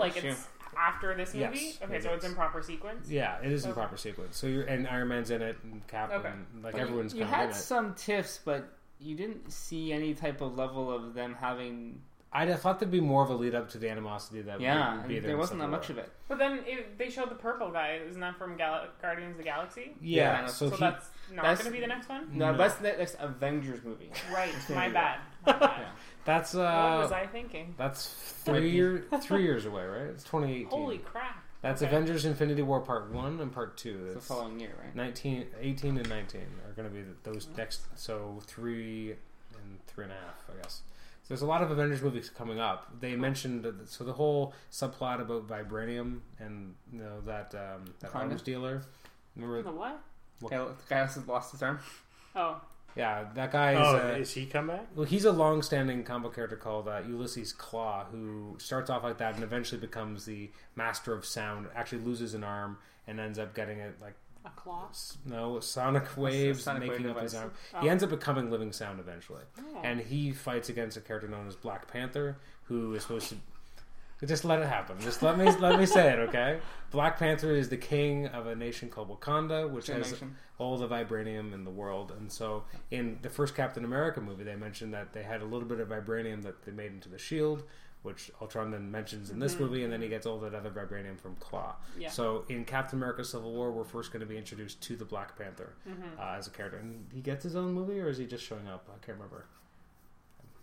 Speaker 2: Excuse
Speaker 3: Like
Speaker 2: me.
Speaker 3: it's after this movie.
Speaker 1: Yes.
Speaker 3: Okay, so
Speaker 1: Yes.
Speaker 3: it's in proper sequence.
Speaker 1: Yeah, it is in
Speaker 3: Okay.
Speaker 1: proper sequence. So you're and Iron Man's in it, and Cap,
Speaker 3: Okay.
Speaker 1: and like
Speaker 2: But you-
Speaker 1: everyone's
Speaker 2: you
Speaker 1: kind of in
Speaker 2: had
Speaker 1: it.
Speaker 2: some tiffs, but you didn't see any type of level of them having.
Speaker 1: I d- thought there'd be more of a lead up to the animosity that
Speaker 2: Yeah,
Speaker 1: would
Speaker 2: and
Speaker 1: be there.
Speaker 2: there
Speaker 1: in
Speaker 2: wasn't that
Speaker 1: Civil
Speaker 2: much
Speaker 1: War.
Speaker 2: of it.
Speaker 3: But then it, they showed the purple guy. Isn't that from Gal- Guardians of the Galaxy?
Speaker 1: Yeah,
Speaker 2: Yeah,
Speaker 1: so,
Speaker 3: so
Speaker 1: he,
Speaker 3: that's not
Speaker 2: that's-
Speaker 3: going to be the next one.
Speaker 2: No,
Speaker 1: No.
Speaker 2: that's the next Avengers movie.
Speaker 1: [laughs]
Speaker 3: Right.
Speaker 2: It's gonna
Speaker 3: My
Speaker 2: be-
Speaker 3: bad. My bad.
Speaker 1: that's
Speaker 3: what was
Speaker 1: uh,
Speaker 3: I thinking?
Speaker 1: that's
Speaker 3: [laughs]
Speaker 2: Might be.
Speaker 1: three year, three years away, right? It's 2018.
Speaker 3: Holy crap!
Speaker 1: That's
Speaker 3: Okay.
Speaker 1: Avengers: Infinity War Part One and Part Two.
Speaker 2: It's the
Speaker 1: That's
Speaker 2: following year, right?
Speaker 1: 19, 18 and nineteen are going to be th- those next. So three and three and a half, I guess. So there's a lot of Avengers movies coming up. They mentioned that- so the whole subplot about vibranium and you know that um, that
Speaker 2: Kinda.
Speaker 1: arms dealer.
Speaker 3: The
Speaker 1: Remember?
Speaker 3: what?
Speaker 2: Yeah, the guy has lost his arm.
Speaker 3: Oh,
Speaker 1: Yeah, that guy is.
Speaker 4: oh,
Speaker 1: uh,
Speaker 4: is he come back?
Speaker 1: Well, he's a long-standing comic character called uh, Ulysses Claw, who starts off like that and eventually becomes the master of sound. Actually, loses an arm and ends up getting it like
Speaker 3: a claw.
Speaker 1: s- no sonic waves,
Speaker 2: sonic wave
Speaker 1: making up his
Speaker 2: device.
Speaker 1: arm.
Speaker 3: Oh.
Speaker 1: He ends up becoming living sound eventually,
Speaker 3: Oh.
Speaker 1: and he fights against a character known as Black Panther, who is supposed to. Just let it happen. Just let me let me say it,
Speaker 3: [laughs]
Speaker 1: okay? Black Panther is the king of a nation called Wakanda, which has
Speaker 2: Nation.
Speaker 1: all the vibranium in the world. And so, in the first Captain America movie, they mentioned that they had a little bit of vibranium that they made into the shield, which Ultron then mentions in this movie, and then he gets all that other vibranium from Claw.
Speaker 3: Yeah.
Speaker 1: So, in Captain America Civil War, we're first going to be introduced to the Black Panther [laughs]
Speaker 3: Mm-hmm.
Speaker 1: uh, as a character. And he gets his own movie, or is he just showing up? I can't remember.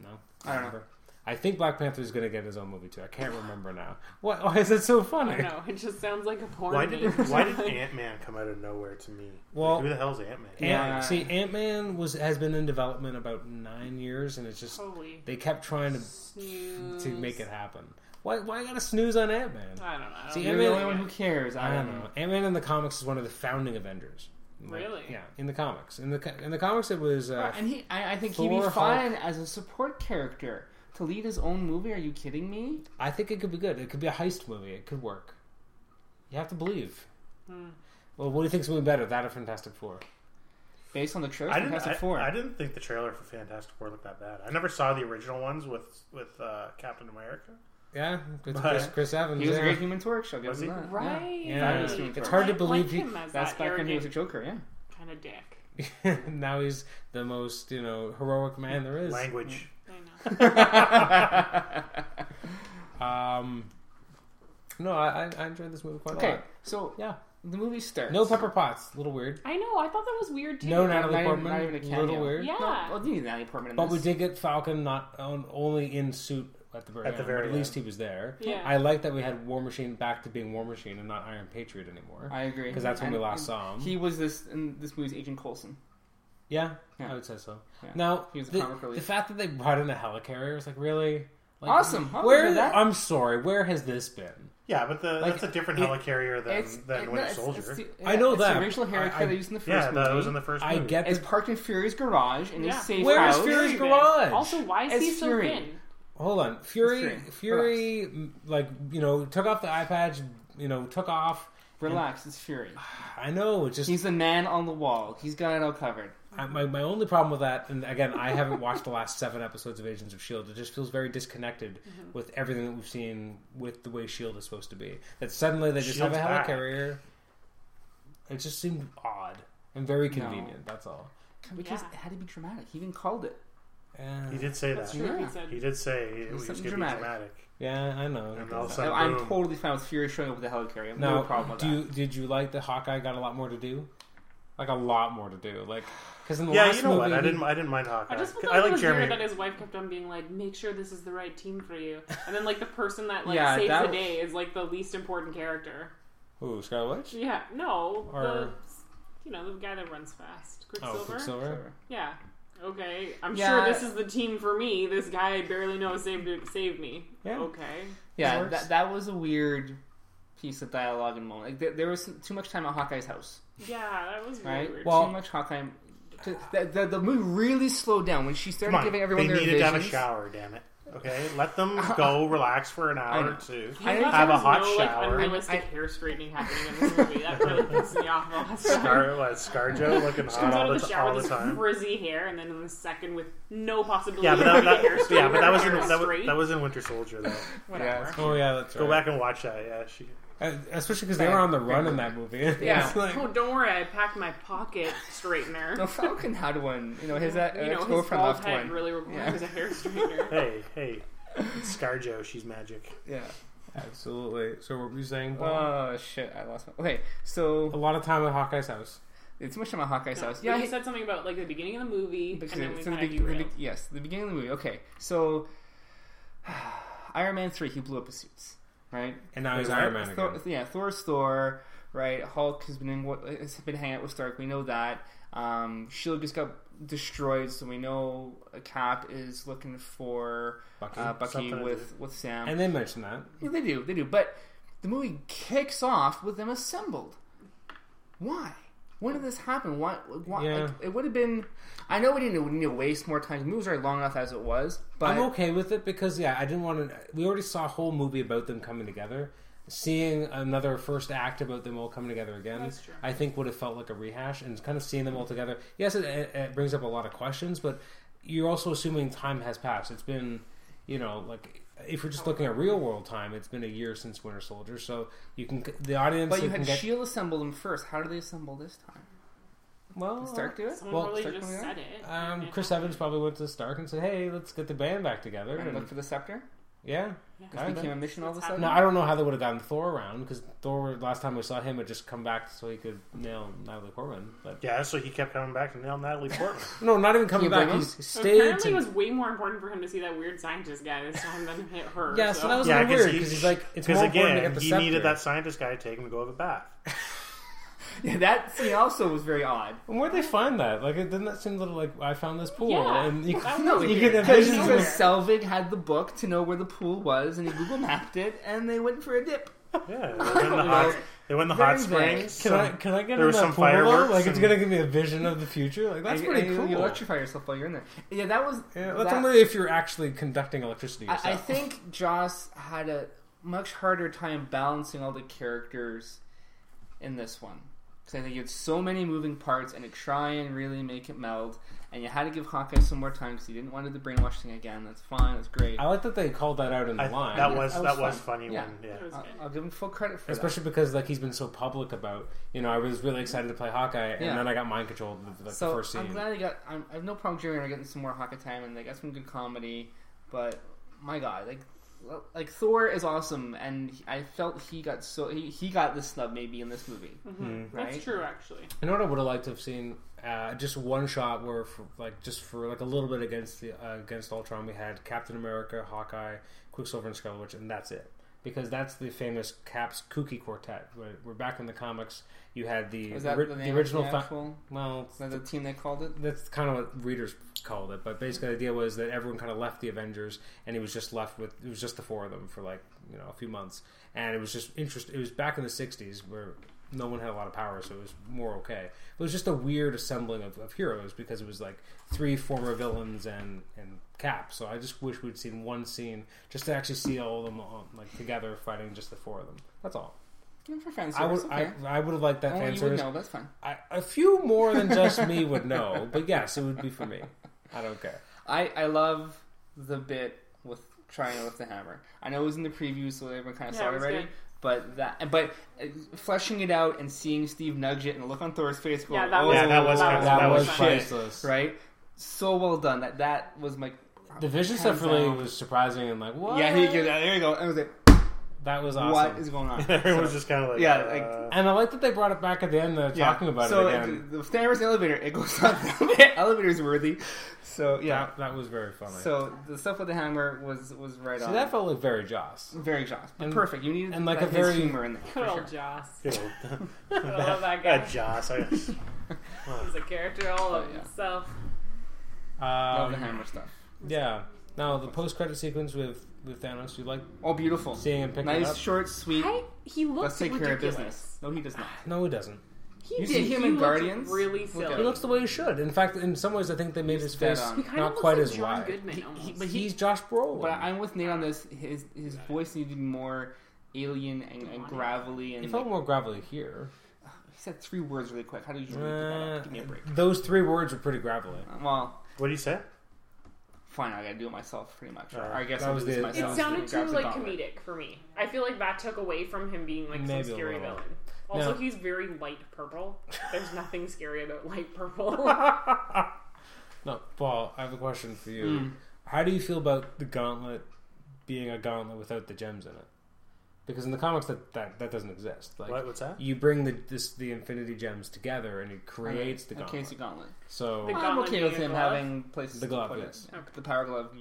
Speaker 1: No?
Speaker 2: I don't know.
Speaker 1: remember. I think Black Panther is going to get his own movie too. I can't remember now. Why, why is it so
Speaker 3: I
Speaker 1: funny?
Speaker 3: don't know. It just sounds like a porn.
Speaker 4: Why did
Speaker 3: meme or [laughs]
Speaker 4: Why
Speaker 1: [laughs]
Speaker 4: did
Speaker 3: something.
Speaker 4: Ant Man come out of nowhere to me?
Speaker 1: Well-
Speaker 4: like, who the hell's Ant Man?
Speaker 1: Ant,
Speaker 2: Yeah.
Speaker 1: See, Ant Man was has been in development about nine years, and it's just
Speaker 3: Holy
Speaker 1: they kept trying to
Speaker 3: snooze.
Speaker 1: to make it happen. Why? Why gotta snooze on Ant Man?
Speaker 3: I don't know. I don't
Speaker 1: See,
Speaker 3: know.
Speaker 2: You're the
Speaker 1: Ant-Man-
Speaker 2: only one who cares.
Speaker 1: I don't know. Ant Man in the comics is one of the founding Avengers. Like,
Speaker 3: Really?
Speaker 1: Yeah, in the comics. In the co- in the comics, it was uh,
Speaker 2: And he, I, I think he'd be
Speaker 1: Thor,
Speaker 2: fine as a support character to lead his own movie. Are you kidding me?
Speaker 1: I think it could be good. It could be a heist movie. It could work. You have to believe.
Speaker 3: Hmm.
Speaker 1: Well, what do you think's going to be better, that or Fantastic Four?
Speaker 2: Based on the trailer,
Speaker 4: I didn't.
Speaker 2: Fantastic
Speaker 4: I,
Speaker 2: Four.
Speaker 4: I didn't think the trailer for Fantastic Four looked that bad. I never saw the original ones with with uh, Captain America.
Speaker 1: Yeah, with
Speaker 4: But-
Speaker 1: Chris, Chris Evans.
Speaker 2: he was
Speaker 1: yeah.
Speaker 2: a great Human Torch. I'll give
Speaker 4: Was
Speaker 2: him
Speaker 4: he?
Speaker 2: that. Yeah.
Speaker 3: Right.
Speaker 1: Yeah.
Speaker 2: It's
Speaker 3: It's
Speaker 1: hard to believe he-
Speaker 3: Him as
Speaker 2: That's
Speaker 3: that
Speaker 2: back when he was a
Speaker 3: arrogant
Speaker 2: Joker. Yeah.
Speaker 3: kind of dick.
Speaker 1: [laughs] now he's the most you know heroic man there is.
Speaker 4: Language.
Speaker 3: I know.
Speaker 1: Um, no, I, I- I enjoyed this movie quite a
Speaker 2: Okay,
Speaker 1: lot.
Speaker 2: so
Speaker 1: Yeah,
Speaker 2: the movie starts.
Speaker 1: no Pepper Potts, a little weird.
Speaker 3: I know. I thought that was weird too.
Speaker 1: No
Speaker 2: Not
Speaker 1: Natalie
Speaker 2: even-
Speaker 1: Portman,
Speaker 2: not even a
Speaker 1: a little
Speaker 2: cameo.
Speaker 1: weird.
Speaker 3: Yeah.
Speaker 2: No, well, you need Natalie Portman. In
Speaker 1: But we
Speaker 2: this.
Speaker 1: did get Falcon not on, only in suit at the very
Speaker 4: At
Speaker 1: end.
Speaker 4: the very
Speaker 1: but at least he
Speaker 4: end.
Speaker 1: was there.
Speaker 3: Yeah.
Speaker 1: I like that we had War Machine back to being War Machine and not Iron Patriot anymore.
Speaker 2: I agree.
Speaker 1: Because that's when we
Speaker 2: And-
Speaker 1: last
Speaker 2: and
Speaker 1: saw him.
Speaker 2: He was this in this movie's Agent Coulson.
Speaker 1: yeah,
Speaker 2: Yeah.
Speaker 1: I would say so.
Speaker 2: Yeah.
Speaker 1: Now
Speaker 2: He was a
Speaker 1: the,
Speaker 2: comic relief.
Speaker 1: the fact that they brought in a helicarrier is like really like,
Speaker 2: Awesome. I'll
Speaker 1: Where
Speaker 2: look at that.
Speaker 1: I'm sorry, where has this been?
Speaker 4: Yeah, but the,
Speaker 1: Like,
Speaker 4: that's a different
Speaker 1: it-
Speaker 4: helicarrier than
Speaker 2: It's-
Speaker 4: than
Speaker 2: it- no,
Speaker 4: Winter
Speaker 2: it's-
Speaker 4: Soldier.
Speaker 2: it's the-
Speaker 1: I know
Speaker 2: it's
Speaker 1: that.
Speaker 2: the original hair
Speaker 1: I-
Speaker 2: that
Speaker 1: I-
Speaker 2: they used in the first
Speaker 4: yeah,
Speaker 2: movie.
Speaker 4: that was in the first.
Speaker 1: I
Speaker 4: movie.
Speaker 1: get
Speaker 2: It's
Speaker 1: the,
Speaker 2: parked in Fury's garage in
Speaker 3: Yeah.
Speaker 2: his safe
Speaker 1: where is
Speaker 2: house.
Speaker 1: Fury's
Speaker 3: Fury,
Speaker 1: garage?
Speaker 3: Also, why is
Speaker 2: It's
Speaker 3: he so
Speaker 2: Fury.
Speaker 3: thin?
Speaker 1: Hold on, Fury,
Speaker 2: Fury.
Speaker 1: Fury, m like you know, took off the eye patch, you know, took off.
Speaker 2: Relax, it's Fury.
Speaker 1: I know, it's just
Speaker 2: He's the man on the wall. He's got it all covered.
Speaker 1: I, my, my only problem with that, and again, I haven't watched the last seven episodes of Agents of Shield. E It just feels very disconnected with everything that we've seen with the way Shield E is supposed to be. That suddenly they just
Speaker 4: Shield's
Speaker 1: have
Speaker 4: back.
Speaker 1: a helicarrier. It just seemed odd and very convenient. That's all.
Speaker 2: Because
Speaker 3: Yeah.
Speaker 2: it had to be dramatic. He even called it.
Speaker 1: Eh,
Speaker 4: He did say
Speaker 3: That's
Speaker 4: that.
Speaker 3: true.
Speaker 2: Yeah.
Speaker 3: He said.
Speaker 4: He did say it was going
Speaker 2: something
Speaker 4: to be
Speaker 2: dramatic.
Speaker 4: dramatic.
Speaker 1: yeah, I know.
Speaker 4: And also-
Speaker 2: I-
Speaker 4: Boom.
Speaker 2: I'm totally fine with Fury showing up with a helicarrier.
Speaker 1: now,
Speaker 2: No problem with
Speaker 1: do
Speaker 2: that.
Speaker 1: you, did you like that Hawkeye got a lot more to do? Like a lot more to do. Like because in the
Speaker 4: Yeah,
Speaker 1: last
Speaker 4: you know
Speaker 1: movie,
Speaker 4: what? I
Speaker 1: he-
Speaker 4: didn't. I didn't mind Hawkeye.
Speaker 3: I just thought
Speaker 4: I
Speaker 3: it
Speaker 4: like
Speaker 3: was
Speaker 4: Jeremy.
Speaker 3: weird that his wife kept on being like, "Make sure this is the right team for you," and then like the person that like
Speaker 2: Yeah,
Speaker 3: saves
Speaker 2: that
Speaker 3: the
Speaker 2: was-
Speaker 3: day is like the least important character.
Speaker 1: Ooh, Scarlet Witch.
Speaker 3: Yeah, no, the
Speaker 1: Or-
Speaker 3: you know the guy that runs fast,
Speaker 1: Oh,
Speaker 3: Quicksilver.
Speaker 1: Quicksilver.
Speaker 3: Yeah. Okay. I'm
Speaker 2: Yeah.
Speaker 3: sure this is the team for me. This guy I barely know saved saved me.
Speaker 1: Yeah.
Speaker 3: Okay.
Speaker 1: It
Speaker 2: Yeah,
Speaker 1: works.
Speaker 2: that, that was a weird piece of dialogue and moment. Like, there, there was some- too much time at Hawkeye's house,
Speaker 3: Yeah, that was really
Speaker 2: right?
Speaker 3: weird.
Speaker 1: Well-
Speaker 2: too much Hawkeye. to- The, the, the movie really slowed down when she
Speaker 4: Come
Speaker 2: started
Speaker 4: on,
Speaker 2: giving everyone
Speaker 4: they
Speaker 2: their
Speaker 4: needed
Speaker 2: visions.
Speaker 4: to have a shower. Damn it. Okay, let them go relax for an hour
Speaker 2: know.
Speaker 4: or two.
Speaker 3: I
Speaker 2: didn't
Speaker 4: have a hot
Speaker 3: no, Like,
Speaker 4: shower.
Speaker 3: unrealistic
Speaker 2: I-
Speaker 3: hair straightening happening in this movie. That really pissed me off.
Speaker 4: [laughs]
Speaker 3: All the time.
Speaker 4: Scar, what, ScarJo looking
Speaker 3: Comes
Speaker 4: hot
Speaker 3: out
Speaker 4: all the,
Speaker 3: of the
Speaker 4: t-
Speaker 3: shower
Speaker 4: all the
Speaker 3: with this
Speaker 4: time.
Speaker 3: frizzy hair, and then in the second with no possibility
Speaker 4: Yeah, but that,
Speaker 3: of
Speaker 4: that-
Speaker 3: getting hair straight.
Speaker 4: yeah, but that was in
Speaker 3: hair
Speaker 4: that was,
Speaker 3: straight.
Speaker 4: that was in Winter Soldier though.
Speaker 2: Yeah.
Speaker 3: whatever.
Speaker 1: Oh yeah, that's
Speaker 4: Go
Speaker 1: right.
Speaker 4: back and watch that. Yeah, she.
Speaker 1: Uh, Especially because they were on the run in that movie. [laughs]
Speaker 2: Yeah.
Speaker 1: It's like-
Speaker 3: Oh, don't worry. I packed my pocket straightener.
Speaker 2: No, Falcon had one. You know, his uh,
Speaker 3: you know, his
Speaker 2: girlfriend
Speaker 3: bald
Speaker 2: left
Speaker 3: head
Speaker 2: one.
Speaker 3: really requires a
Speaker 4: [laughs]
Speaker 3: hair straightener.
Speaker 4: Hey, hey, it's ScarJo. She's magic.
Speaker 2: Yeah.
Speaker 1: Absolutely. So what were you saying? Bob?
Speaker 2: Oh shit! I lost my. Okay,
Speaker 1: a
Speaker 2: so
Speaker 1: lot of time at Hawkeye's house.
Speaker 2: it's too much time at Hawkeye's house.
Speaker 3: Yeah,
Speaker 2: Yeah,
Speaker 3: he said something about like the beginning of the movie,
Speaker 2: Because
Speaker 3: and then we
Speaker 2: it's in the
Speaker 3: kind of
Speaker 2: big- the
Speaker 3: derailed.
Speaker 2: big- yes, the beginning of the movie. Okay, so [sighs] Iron Man three, he blew up his suits, right?
Speaker 1: And now he's
Speaker 4: Wait, what?
Speaker 1: Iron Man
Speaker 2: Thor,
Speaker 1: again.
Speaker 2: yeah, Thor's Thor, right? Hulk has been in, has been hanging out with Stark. We know that. Um, Shield just got destroyed, so we know Cap is looking for
Speaker 1: Bucky.
Speaker 2: uh, Bucky
Speaker 4: Something to
Speaker 2: with with Sam.
Speaker 1: and they mentioned that.
Speaker 2: Yeah, they do, they do. But the movie kicks off with them assembled. Why? When did this happen? Why? why
Speaker 1: Yeah.
Speaker 2: like, it would have been. I know we didn't we need to waste more time. The movie was already long enough as it was, but
Speaker 1: I'm okay with it because yeah, I didn't want to. We already saw a whole movie about them coming together. Seeing another first act about them all coming together again,
Speaker 3: That's true.
Speaker 1: I think would have felt like a rehash. And kind of seeing them all together, yes, it, it, it brings up a lot of questions, but you're also assuming time has passed. It's been, you know, like if we're just looking at real world time, it's been a year since Winter Soldier, so you can the audience.
Speaker 2: but you
Speaker 1: can
Speaker 2: had
Speaker 1: get,
Speaker 2: Shield assemble them first. How do they assemble this time?
Speaker 1: well,
Speaker 2: Did Stark do it?
Speaker 3: Someone
Speaker 1: Well,
Speaker 3: probably
Speaker 2: Stark
Speaker 3: just
Speaker 2: coming
Speaker 3: said it.
Speaker 1: Um,
Speaker 3: and
Speaker 1: Chris
Speaker 3: it
Speaker 1: Evans probably went to Stark and said, "Hey, let's get the band back together."
Speaker 2: And look
Speaker 1: And,
Speaker 2: for the scepter.
Speaker 1: Yeah.
Speaker 3: Yeah.
Speaker 1: I don't
Speaker 2: became a
Speaker 1: know.
Speaker 2: mission all of a
Speaker 3: It's
Speaker 2: sudden.
Speaker 1: No, I don't know how they would have gotten Thor around because Thor last time we saw him had just come back so he could nail Natalie Portman. But
Speaker 4: Yeah, that's why he kept coming back to nail Natalie Portman.
Speaker 1: no, not even coming
Speaker 2: Can you
Speaker 1: back.
Speaker 2: blame
Speaker 1: He
Speaker 2: him?
Speaker 1: stayed.
Speaker 3: Apparently,
Speaker 1: To,
Speaker 3: it was way more important for him to see that weird scientist guy this time than hit her.
Speaker 1: yeah, so that was
Speaker 4: Yeah,
Speaker 1: a little
Speaker 4: 'cause
Speaker 1: weird
Speaker 4: he-
Speaker 1: because he's like, it's
Speaker 4: Because
Speaker 1: more important to
Speaker 4: again,
Speaker 1: get the
Speaker 4: he
Speaker 1: scepter.
Speaker 4: needed that scientist guy to take him to go have a bath.
Speaker 2: Yeah, that scene also was very odd.
Speaker 1: And where'd they find that? Like, it didn't that seem a little like I found this pool
Speaker 3: Yeah.
Speaker 1: and you,
Speaker 3: That
Speaker 2: No,
Speaker 3: was
Speaker 1: you
Speaker 3: weird.
Speaker 1: can
Speaker 2: Because
Speaker 1: envision
Speaker 3: Because-
Speaker 1: some-
Speaker 2: Selvig had the book to know where the pool was, and he Google mapped it, and they went for a dip.
Speaker 4: Yeah, they went in the hot, they went in the
Speaker 2: Very
Speaker 4: hot
Speaker 2: vague.
Speaker 4: springs.
Speaker 1: Can
Speaker 4: so-
Speaker 1: I can I get
Speaker 4: there
Speaker 1: in
Speaker 4: was
Speaker 1: that
Speaker 4: some
Speaker 1: pool? though?
Speaker 4: fireworks
Speaker 1: Like, it's
Speaker 4: and-
Speaker 1: gonna give me a vision of the future. Like, that's
Speaker 2: And-
Speaker 1: pretty
Speaker 2: and you-
Speaker 1: cool.
Speaker 2: You electrify yourself while you're in there. Yeah, that was.
Speaker 1: yeah, that's
Speaker 2: that-
Speaker 1: only if you're actually conducting electricity yourself.
Speaker 2: I, I think Joss had a much harder time balancing all the characters in this one. Because I think you had so many moving parts, and to try and really make it meld, and you had to give Hawkeye some more time because he didn't want to do the brainwash thing again. That's fine, that's
Speaker 1: [laughs]
Speaker 2: great.
Speaker 1: I like that they called that out in the
Speaker 4: I-
Speaker 1: line.
Speaker 4: that was
Speaker 2: That
Speaker 4: that
Speaker 2: was
Speaker 4: was, funny
Speaker 2: Yeah.
Speaker 4: when
Speaker 1: [laughs]
Speaker 4: yeah.
Speaker 3: It was
Speaker 2: I'll,
Speaker 3: good.
Speaker 2: I'll give him full credit for
Speaker 1: Especially because like he's been so public about, you know, I was really excited to play Hawkeye, and
Speaker 2: Yeah.
Speaker 1: then I got mind controlled with like,
Speaker 2: that. So
Speaker 1: the first scene.
Speaker 2: I'm glad they got. I'm, I have no problem Jerry and I getting some more Hawkeye time, and they got some good comedy. But my God, like. Like Thor is awesome, and he- I felt he got so he, he got the snub maybe in this movie,
Speaker 3: Mhm.
Speaker 2: right?
Speaker 3: That's true, actually.
Speaker 1: You know what I would have liked to have seen? Uh, just one shot where, for, like, just for like a little bit against the uh, against Ultron, we had Captain America, Hawkeye, Quicksilver, and Scarlet Witch, and that's it. Because that's the famous Cap's kooky quartet. Where, where back in the comics, you had the
Speaker 2: Was that
Speaker 1: ri-
Speaker 2: the
Speaker 1: the
Speaker 2: name of
Speaker 1: original.
Speaker 2: the
Speaker 1: fa-
Speaker 2: actual-
Speaker 1: well,
Speaker 2: was that the team they called it?
Speaker 1: that's kind of what readers called it, but basically the idea was that everyone kind of left the Avengers, and it was just left with it was just the four of them for like you know a few months, and it was just interest. It was back in the '60s where no one had a lot of power, so it was more okay. It was just a weird assembling of, of heroes because it was like three former villains and and Cap. So I just wish we'd seen one scene just to actually see all of them all, like together fighting just the four of them. That's all.
Speaker 2: Yeah, for fan
Speaker 1: I
Speaker 2: service.
Speaker 1: would
Speaker 2: okay.
Speaker 1: I, I would have liked that
Speaker 2: Only
Speaker 1: fan
Speaker 2: you would
Speaker 1: service.
Speaker 2: know, but that's fine.
Speaker 1: I, a few more than just me would know, but yes, it would be for me. I don't care.
Speaker 2: I, I love the bit with trying to lift the hammer. I know it was in the preview, so everyone kind of
Speaker 3: Yeah,
Speaker 2: saw
Speaker 3: it
Speaker 2: it
Speaker 3: was
Speaker 2: already.
Speaker 3: good.
Speaker 2: But that, but uh, fleshing it out and seeing Steve nudge it and the look on Thor's face, going,
Speaker 3: Yeah, that
Speaker 2: oh,
Speaker 3: was-
Speaker 4: Yeah, that was
Speaker 1: That,
Speaker 4: That was
Speaker 1: was
Speaker 3: fun.
Speaker 1: priceless.
Speaker 2: right. So well done. That that was my.
Speaker 1: The vision stuff really was surprising and like, what?
Speaker 2: Yeah, he gives that. There you go. I was like,
Speaker 1: That was
Speaker 2: what
Speaker 1: awesome. [laughs]
Speaker 2: is going on?
Speaker 4: Everyone was
Speaker 2: So-
Speaker 4: just kind of like
Speaker 2: Yeah,
Speaker 4: uh,
Speaker 1: and I like that they brought it back at the end. They're
Speaker 2: yeah.
Speaker 1: talking about
Speaker 2: so
Speaker 1: it again.
Speaker 2: the, the Thanos elevator, it goes
Speaker 1: [laughs]
Speaker 2: up. [laughs] the elevator's worthy. So yeah.
Speaker 1: That, that was very funny. So,
Speaker 2: So the stuff with the hammer was was right on.
Speaker 1: that felt like very Joss.
Speaker 2: Very Joss, but
Speaker 1: And-
Speaker 2: perfect. You needed
Speaker 1: and like
Speaker 2: that-
Speaker 1: a
Speaker 2: his
Speaker 1: very-
Speaker 2: humor in there. for
Speaker 3: Good
Speaker 2: sure.
Speaker 3: old Joss.
Speaker 4: [laughs]
Speaker 1: [laughs]
Speaker 4: you know,
Speaker 3: I love that guy.
Speaker 4: that Joss. I,
Speaker 3: He's a character all
Speaker 2: Oh,
Speaker 3: of
Speaker 2: yeah.
Speaker 3: himself.
Speaker 2: Love the
Speaker 1: Um,
Speaker 2: hammer stuff.
Speaker 1: yeah. Now the post-credit sequence with with Thanos. You like
Speaker 2: All beautiful.
Speaker 1: seeing him pick it
Speaker 2: Nice,
Speaker 1: up?
Speaker 2: short, sweet.
Speaker 3: I, he looks
Speaker 2: Let's take
Speaker 3: ridiculous.
Speaker 2: care of business. No, he does not.
Speaker 1: No, he doesn't.
Speaker 3: He
Speaker 2: You
Speaker 3: did.
Speaker 2: see him
Speaker 3: he
Speaker 2: in
Speaker 3: looked
Speaker 2: Guardians?
Speaker 3: Really
Speaker 2: Look
Speaker 3: silly.
Speaker 2: at
Speaker 1: He looks the way he should. In fact, in some ways, I think they made his
Speaker 2: He's dead
Speaker 1: face
Speaker 2: on.
Speaker 3: He kind
Speaker 1: not
Speaker 3: of looks
Speaker 1: quite
Speaker 3: like
Speaker 1: as
Speaker 3: John
Speaker 1: wide.
Speaker 3: Goodman almost.
Speaker 2: He- but
Speaker 1: He's Josh Brolin.
Speaker 2: But I'm with Nate on this. His his voice needed to be more alien and, and gravelly. And
Speaker 1: It felt
Speaker 2: like-
Speaker 1: more gravelly here. Eh,
Speaker 2: he said three words really quick. How did you really pick that up? Give me a break.
Speaker 1: Those three words are pretty gravelly.
Speaker 2: Uh, Well,
Speaker 4: what do you say?
Speaker 2: fine. I gotta do it myself, pretty much. Or
Speaker 4: Uh,
Speaker 2: I guess
Speaker 1: that
Speaker 2: I'll
Speaker 1: was
Speaker 2: do this
Speaker 1: the-
Speaker 2: myself.
Speaker 3: it sounded
Speaker 2: He grabs
Speaker 3: too
Speaker 2: the
Speaker 3: like
Speaker 2: gauntlet.
Speaker 3: comedic for me. I feel like that took away from him being like
Speaker 1: Maybe a
Speaker 3: some scary
Speaker 1: little.
Speaker 3: villain. Also,
Speaker 1: Now-
Speaker 3: he's very light purple. There's nothing scary about
Speaker 1: [laughs]
Speaker 3: light purple.
Speaker 1: No, Paul, I have a question for you.
Speaker 2: Hmm.
Speaker 1: How do you feel about the gauntlet being a gauntlet without the gems in it? Because in the comics, that that, that doesn't exist. Like
Speaker 4: What- what's that?
Speaker 1: You bring the this the Infinity Gems together, and it creates the
Speaker 2: Okay,
Speaker 1: gauntlet.
Speaker 2: it's a gauntlet.
Speaker 1: So
Speaker 3: The-
Speaker 2: I'm
Speaker 3: gauntlet
Speaker 2: okay with
Speaker 3: being a
Speaker 2: him
Speaker 3: glove?
Speaker 2: having places
Speaker 1: The glove,
Speaker 2: to put
Speaker 1: yes.
Speaker 2: it. Yeah, The power glove.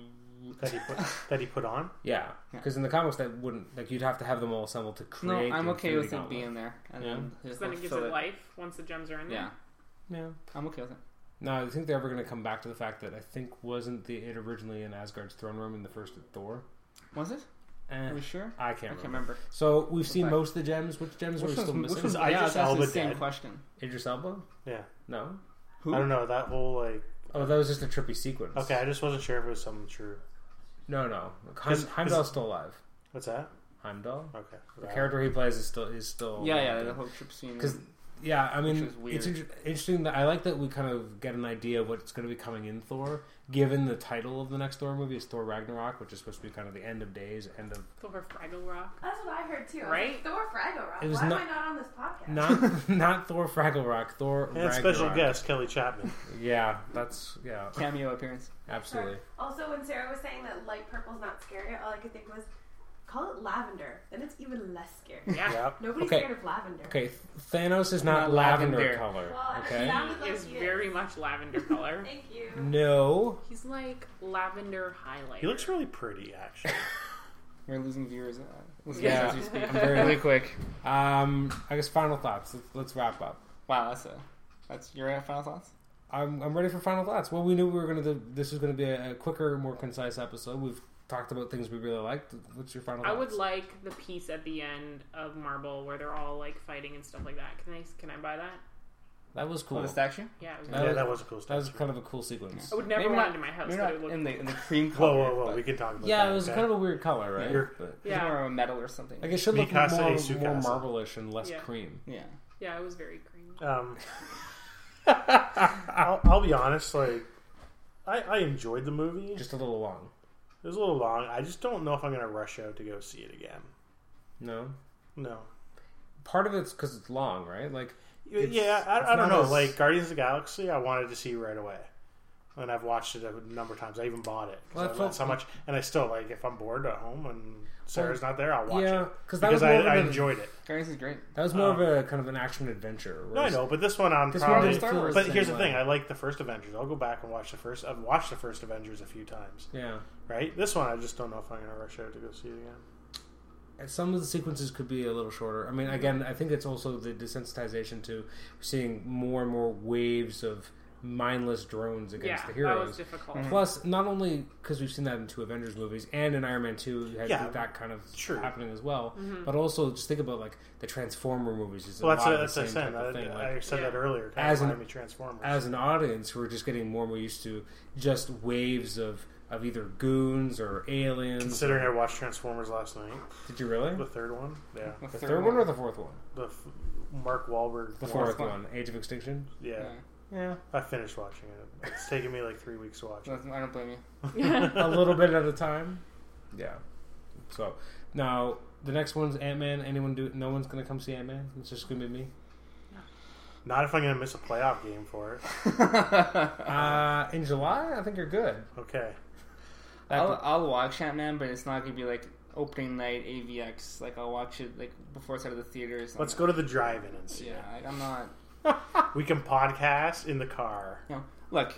Speaker 4: That he put
Speaker 1: [laughs]
Speaker 4: that he put on.
Speaker 1: yeah, because in the comics, that wouldn't like you'd have to have them all assembled to
Speaker 2: No,
Speaker 1: create.
Speaker 2: I'm
Speaker 1: the
Speaker 2: okay with
Speaker 1: Infinity
Speaker 2: it being there. And
Speaker 1: Yeah.
Speaker 2: then, he'll
Speaker 3: then it gives
Speaker 2: fill
Speaker 3: it life once the gems are in there.
Speaker 2: Yeah,
Speaker 1: Gauntlet.
Speaker 2: I'm okay with it.
Speaker 1: Yeah. No, I think they're ever going to come back to the fact that I think wasn't the it originally in Asgard's throne room in the first Thor.
Speaker 2: Was it?
Speaker 1: Eh,
Speaker 2: Are we sure?
Speaker 1: I
Speaker 2: I
Speaker 1: can't
Speaker 2: can't
Speaker 1: remember.
Speaker 2: remember.
Speaker 1: So we've seen
Speaker 2: Okay.
Speaker 1: most of the gems. Which gems were
Speaker 4: Which
Speaker 1: still
Speaker 4: one's- which
Speaker 1: missing?
Speaker 4: one's
Speaker 2: yeah,
Speaker 4: Idris
Speaker 2: that's actually
Speaker 4: Elba
Speaker 2: the same
Speaker 4: dead?
Speaker 2: question.
Speaker 1: Idris Elba?
Speaker 4: Yeah,
Speaker 1: No.
Speaker 2: Who?
Speaker 4: I don't know that whole like.
Speaker 1: Oh, that was just a trippy sequence.
Speaker 4: Okay, I just wasn't sure if it was something true.
Speaker 1: No, no. Heim,
Speaker 4: 'Cause-
Speaker 1: Heimdall's still alive.
Speaker 4: What's that?
Speaker 1: Heimdall.
Speaker 4: Okay,
Speaker 1: The character he plays is still is still.
Speaker 2: Yeah, yeah,
Speaker 1: alive.
Speaker 2: the whole trip scene.
Speaker 1: 'Cause- Yeah, I mean,
Speaker 2: Which is
Speaker 1: it's
Speaker 2: weird.
Speaker 1: inter- interesting that I like that we kind of get an idea of what's going to be coming in Thor, given the title of the next Thor movie is Thor Ragnarok, which is supposed to be kind of the end of days, end of
Speaker 3: Thor Fraggle Rock.
Speaker 5: That's what I heard too. I was
Speaker 3: Right?
Speaker 5: like, Thor Fraggle Rock.
Speaker 1: It was
Speaker 5: Why
Speaker 1: not-
Speaker 5: am I not on this
Speaker 1: [laughs] not
Speaker 5: podcast?
Speaker 1: not Thor Fraggle Rock, Thor
Speaker 4: And
Speaker 1: Ragnarok.
Speaker 4: special guest Kelly Chapman.
Speaker 1: Yeah, that's yeah,
Speaker 2: Cameo appearance.
Speaker 1: absolutely.
Speaker 5: Also, when Sarah was saying that light purple's not scary, all I could think was, call it lavender. Then it's even less
Speaker 1: [laughs]
Speaker 5: scary.
Speaker 3: Yeah.
Speaker 4: yeah.
Speaker 5: Nobody's
Speaker 1: Okay.
Speaker 5: scared of lavender.
Speaker 1: Okay, Thanos is not,
Speaker 2: Not
Speaker 1: lavender,
Speaker 2: lavender.
Speaker 1: color.
Speaker 5: Well, it
Speaker 1: Okay,
Speaker 5: sounded like
Speaker 3: Is
Speaker 5: you.
Speaker 3: very much lavender [laughs] color.
Speaker 5: Thank you.
Speaker 1: no.
Speaker 3: He's like lavender highlight.
Speaker 4: He looks really pretty, actually.
Speaker 2: We're losing viewers. Uh, listeners
Speaker 1: Yeah.
Speaker 2: as we speak.
Speaker 1: I'm very-
Speaker 2: really quick.
Speaker 1: [laughs] Um, I guess final thoughts. Let's, let's wrap up.
Speaker 2: Wow, that's a that's your final thoughts.
Speaker 1: I'm, I'm ready for final thoughts. Well, we knew we were gonna. Do, this was gonna be a, a quicker, more concise episode. We've talked about things we really liked. What's your final?
Speaker 3: I
Speaker 1: thoughts?
Speaker 3: would like the piece at the end of Marble where they're all like fighting and stuff like that. Can I can I buy that?
Speaker 1: That was cool.
Speaker 2: Oh, the statue.
Speaker 3: Yeah. It was
Speaker 1: That
Speaker 4: yeah,
Speaker 1: was-
Speaker 4: that was a cool
Speaker 1: That was
Speaker 4: stuff.
Speaker 1: kind of a cool sequence.
Speaker 3: I would never
Speaker 2: Maybe
Speaker 3: want
Speaker 2: not-
Speaker 3: it in my house,
Speaker 2: Maybe
Speaker 3: but it
Speaker 2: not
Speaker 3: would look
Speaker 2: in the in the cream
Speaker 4: Whoa,
Speaker 2: color.
Speaker 4: whoa, whoa!
Speaker 2: but
Speaker 4: We can talk about that.
Speaker 1: Yeah, it was
Speaker 4: okay?
Speaker 1: kind of a weird color, right?
Speaker 4: You're-
Speaker 1: But-
Speaker 2: it's
Speaker 3: yeah,
Speaker 2: more of a metal or something.
Speaker 1: like it should look
Speaker 4: Mikasa
Speaker 1: more,
Speaker 4: is
Speaker 1: more
Speaker 4: Sukasa.
Speaker 1: marble-ish and less
Speaker 3: Yeah.
Speaker 1: cream.
Speaker 2: Yeah.
Speaker 3: yeah, it was very green.
Speaker 4: Um, [laughs] I'll, I'll be honest. Like, I, I enjoyed the movie.
Speaker 1: Just a little long.
Speaker 4: It was a little long. I just don't know if I'm gonna rush out to go see it again.
Speaker 1: No,
Speaker 4: No.
Speaker 1: part of it's because it's long, right? Like It's-
Speaker 4: yeah,
Speaker 1: it's
Speaker 4: I, I
Speaker 1: not
Speaker 4: don't know.
Speaker 1: as-
Speaker 4: Like Guardians of the Galaxy, I wanted to see right away, and I've watched it a number of times. I even bought it. 'cause
Speaker 1: Well,
Speaker 4: I
Speaker 1: that's
Speaker 4: loved
Speaker 1: what-
Speaker 4: so much, and I still like if I'm bored at home and Sarah's not there, I'll watch
Speaker 1: yeah,
Speaker 4: it
Speaker 1: because that
Speaker 4: because
Speaker 1: was
Speaker 4: I,
Speaker 1: more of
Speaker 4: I
Speaker 1: an-
Speaker 4: enjoyed it.
Speaker 2: Guardians is great.
Speaker 1: That was more
Speaker 4: Um,
Speaker 1: of a kind of an action adventure.
Speaker 4: No, I know, but this one I'm
Speaker 1: This one
Speaker 4: probably.
Speaker 1: didn't feel
Speaker 4: But here's the
Speaker 1: same
Speaker 4: thing:
Speaker 1: way.
Speaker 4: I like the first Avengers. I'll go back and watch the first. I've watched the first Avengers a few times.
Speaker 1: Yeah,
Speaker 4: Right? This one, I just don't know if I'm going to rush out to go see it again.
Speaker 1: And some of the sequences could be a little shorter. I mean, again, I think it's also the desensitization to seeing more and more waves of mindless drones
Speaker 3: Yeah,
Speaker 1: against the
Speaker 3: that was
Speaker 1: heroes.
Speaker 3: difficult.
Speaker 1: Plus, not only because we've seen that in two Avengers movies and in Iron Man Two, you had
Speaker 4: Yeah,
Speaker 1: that kind of
Speaker 4: true. Mm-hmm.
Speaker 1: happening as well. But also, just think about like the Transformer movies. Is
Speaker 4: Well,
Speaker 1: a
Speaker 4: that's
Speaker 1: lot
Speaker 4: a,
Speaker 1: of
Speaker 4: that's
Speaker 1: the
Speaker 4: a
Speaker 1: same
Speaker 4: sin.
Speaker 1: type
Speaker 4: I,
Speaker 1: of thing.
Speaker 4: I
Speaker 1: like,
Speaker 4: said that
Speaker 3: Yeah.
Speaker 4: earlier. Kind
Speaker 1: As
Speaker 4: as
Speaker 1: an-
Speaker 4: of reminded me of Transformers.
Speaker 1: as an audience, we're just getting more and more used to just waves of, of either goons or aliens.
Speaker 4: Considering I watched Transformers last night,
Speaker 1: Did you really?
Speaker 4: the third one, yeah,
Speaker 2: The,
Speaker 1: The third one or the fourth one?
Speaker 4: the f- Mark Wahlberg,
Speaker 1: The
Speaker 4: one.
Speaker 1: fourth
Speaker 2: one.
Speaker 1: one, Age of Extinction.
Speaker 4: yeah.
Speaker 2: Yeah.
Speaker 1: Yeah,
Speaker 4: I finished watching it. It's taken me like three weeks to watch. it.
Speaker 2: That's- I don't blame you.
Speaker 3: [laughs]
Speaker 1: a little bit at a time. Yeah. So now the next one's Ant Man. Anyone do? No one's gonna come see Ant Man. It's just gonna be me.
Speaker 4: Not if I'm going to miss a playoff game for it.
Speaker 1: Uh, in July, I think you're good. [laughs]
Speaker 4: Okay,
Speaker 1: That
Speaker 2: I'll, I'll watch Ant Man, but it's not gonna be like opening night AVX. Like I'll watch it like before it's out of the theaters.
Speaker 4: let's go to the drive-in and see.
Speaker 2: Yeah, like, I'm not.
Speaker 4: it. We can podcast in the car.
Speaker 2: You know, look,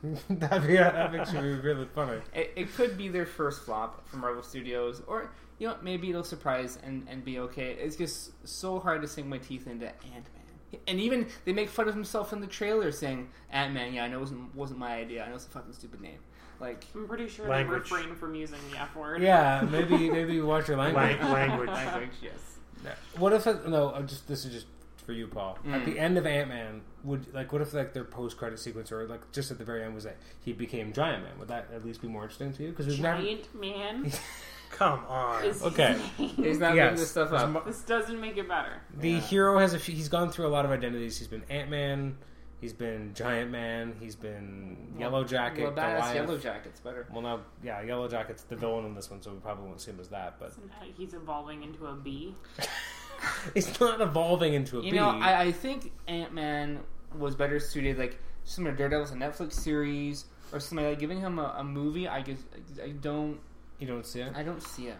Speaker 1: could- that'd be that makes be really funny.
Speaker 2: it, it could be their first flop from Marvel Studios, or you know maybe it'll surprise and, and be okay. It's just so hard to sink my teeth into Ant Man, and even they make fun of himself in the trailer saying Ant Man. Yeah, I know it wasn't wasn't my idea. I know it's a fucking stupid name. Like
Speaker 3: I'm pretty sure
Speaker 4: Language.
Speaker 3: they refrain from using the F word.
Speaker 1: Yeah, maybe maybe you watch your language.
Speaker 4: Lang-
Speaker 2: [laughs]
Speaker 4: language.
Speaker 2: language, yes.
Speaker 1: What if it, no? I'm just this is just for you, Paul.
Speaker 2: Mm.
Speaker 1: At the end of Ant Man, would like what if like their post credit sequence or like just at the very end was that he became Giant Man? Would that at least be more interesting to you? Because we've never
Speaker 3: Giant man
Speaker 4: Come on.
Speaker 3: is
Speaker 1: Okay.
Speaker 3: his name.
Speaker 2: He's not
Speaker 1: Yes.
Speaker 2: making this stuff up.
Speaker 3: [laughs] This doesn't make it better.
Speaker 1: The
Speaker 2: Yeah.
Speaker 1: hero has a few, he's gone through a lot of identities. He's been Ant Man, he's been Giant Man, he's been Yellow Jacket,
Speaker 2: Well, badass
Speaker 1: Goliath.
Speaker 2: Yellow Jacket's better.
Speaker 1: well, now yeah, Yellow Jacket's the villain in this one, so we probably won't see him as that. But [laughs]
Speaker 3: Isn't that He's evolving into a bee.
Speaker 1: he's not evolving into a
Speaker 2: You
Speaker 1: bee.
Speaker 2: know, I, I think Ant Man was better suited like some of Daredevil's a Netflix series or something like giving him a, a movie. I guess I don't
Speaker 1: you don't see it.
Speaker 2: I don't see it.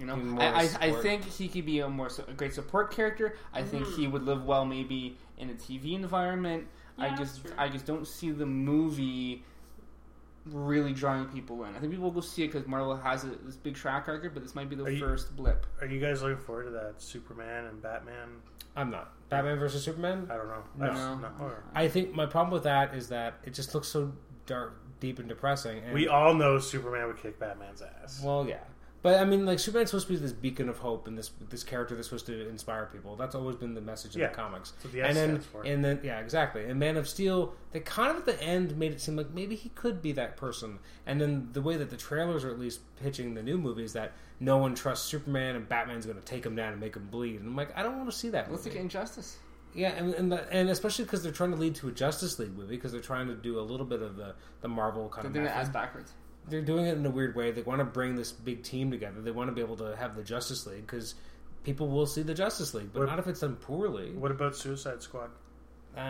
Speaker 2: You know,
Speaker 1: Even more
Speaker 2: I, I, I
Speaker 1: support.
Speaker 2: think he could be a more su- a great support character. I think
Speaker 3: Mm.
Speaker 2: he would live well maybe in a TV environment.
Speaker 3: Yeah,
Speaker 2: I
Speaker 3: that's
Speaker 2: just
Speaker 3: true.
Speaker 2: I just don't see the movie really drawing people in. I think people will go see it because Marvel has a, this big track record, but this might be the
Speaker 4: Are you-
Speaker 2: first blip.
Speaker 4: Are you guys looking forward to that Superman and Batman?
Speaker 1: I'm not Batman versus Superman.
Speaker 4: I don't know.
Speaker 1: No.
Speaker 4: That's not- or-
Speaker 1: I think my problem with that is that it just looks so dark, deep, and depressing. And
Speaker 4: We all know Superman would kick Batman's ass.
Speaker 1: Well, yeah, but I mean, like Superman's supposed to be this beacon of hope, and this this character that's supposed to inspire people. That's always been the message of
Speaker 4: Yeah.
Speaker 1: the comics.
Speaker 4: That's what the S
Speaker 1: and then,
Speaker 4: stands for.
Speaker 1: and then, yeah, exactly. And Man of Steel, they kind of at the end made it seem like maybe he could be that person. And then the way that the trailers are at least pitching the new movie is that no one trusts Superman, and Batman's going to take him down and make him bleed. And I'm like, I don't want to see that.
Speaker 2: Let's look
Speaker 1: movie.
Speaker 2: at Injustice.
Speaker 1: Yeah, and and, the, and especially because they're trying to lead to a Justice League movie because they're trying to do a little bit of the, the Marvel kind
Speaker 2: They're
Speaker 1: of
Speaker 2: doing it
Speaker 1: method.
Speaker 2: as backwards.
Speaker 1: they're doing it in a weird way. They want to bring this big team together. They want to be able to have the Justice League because people will see the Justice League, but
Speaker 4: What-
Speaker 1: not if it's done poorly.
Speaker 4: What about Suicide Squad?
Speaker 1: Uh,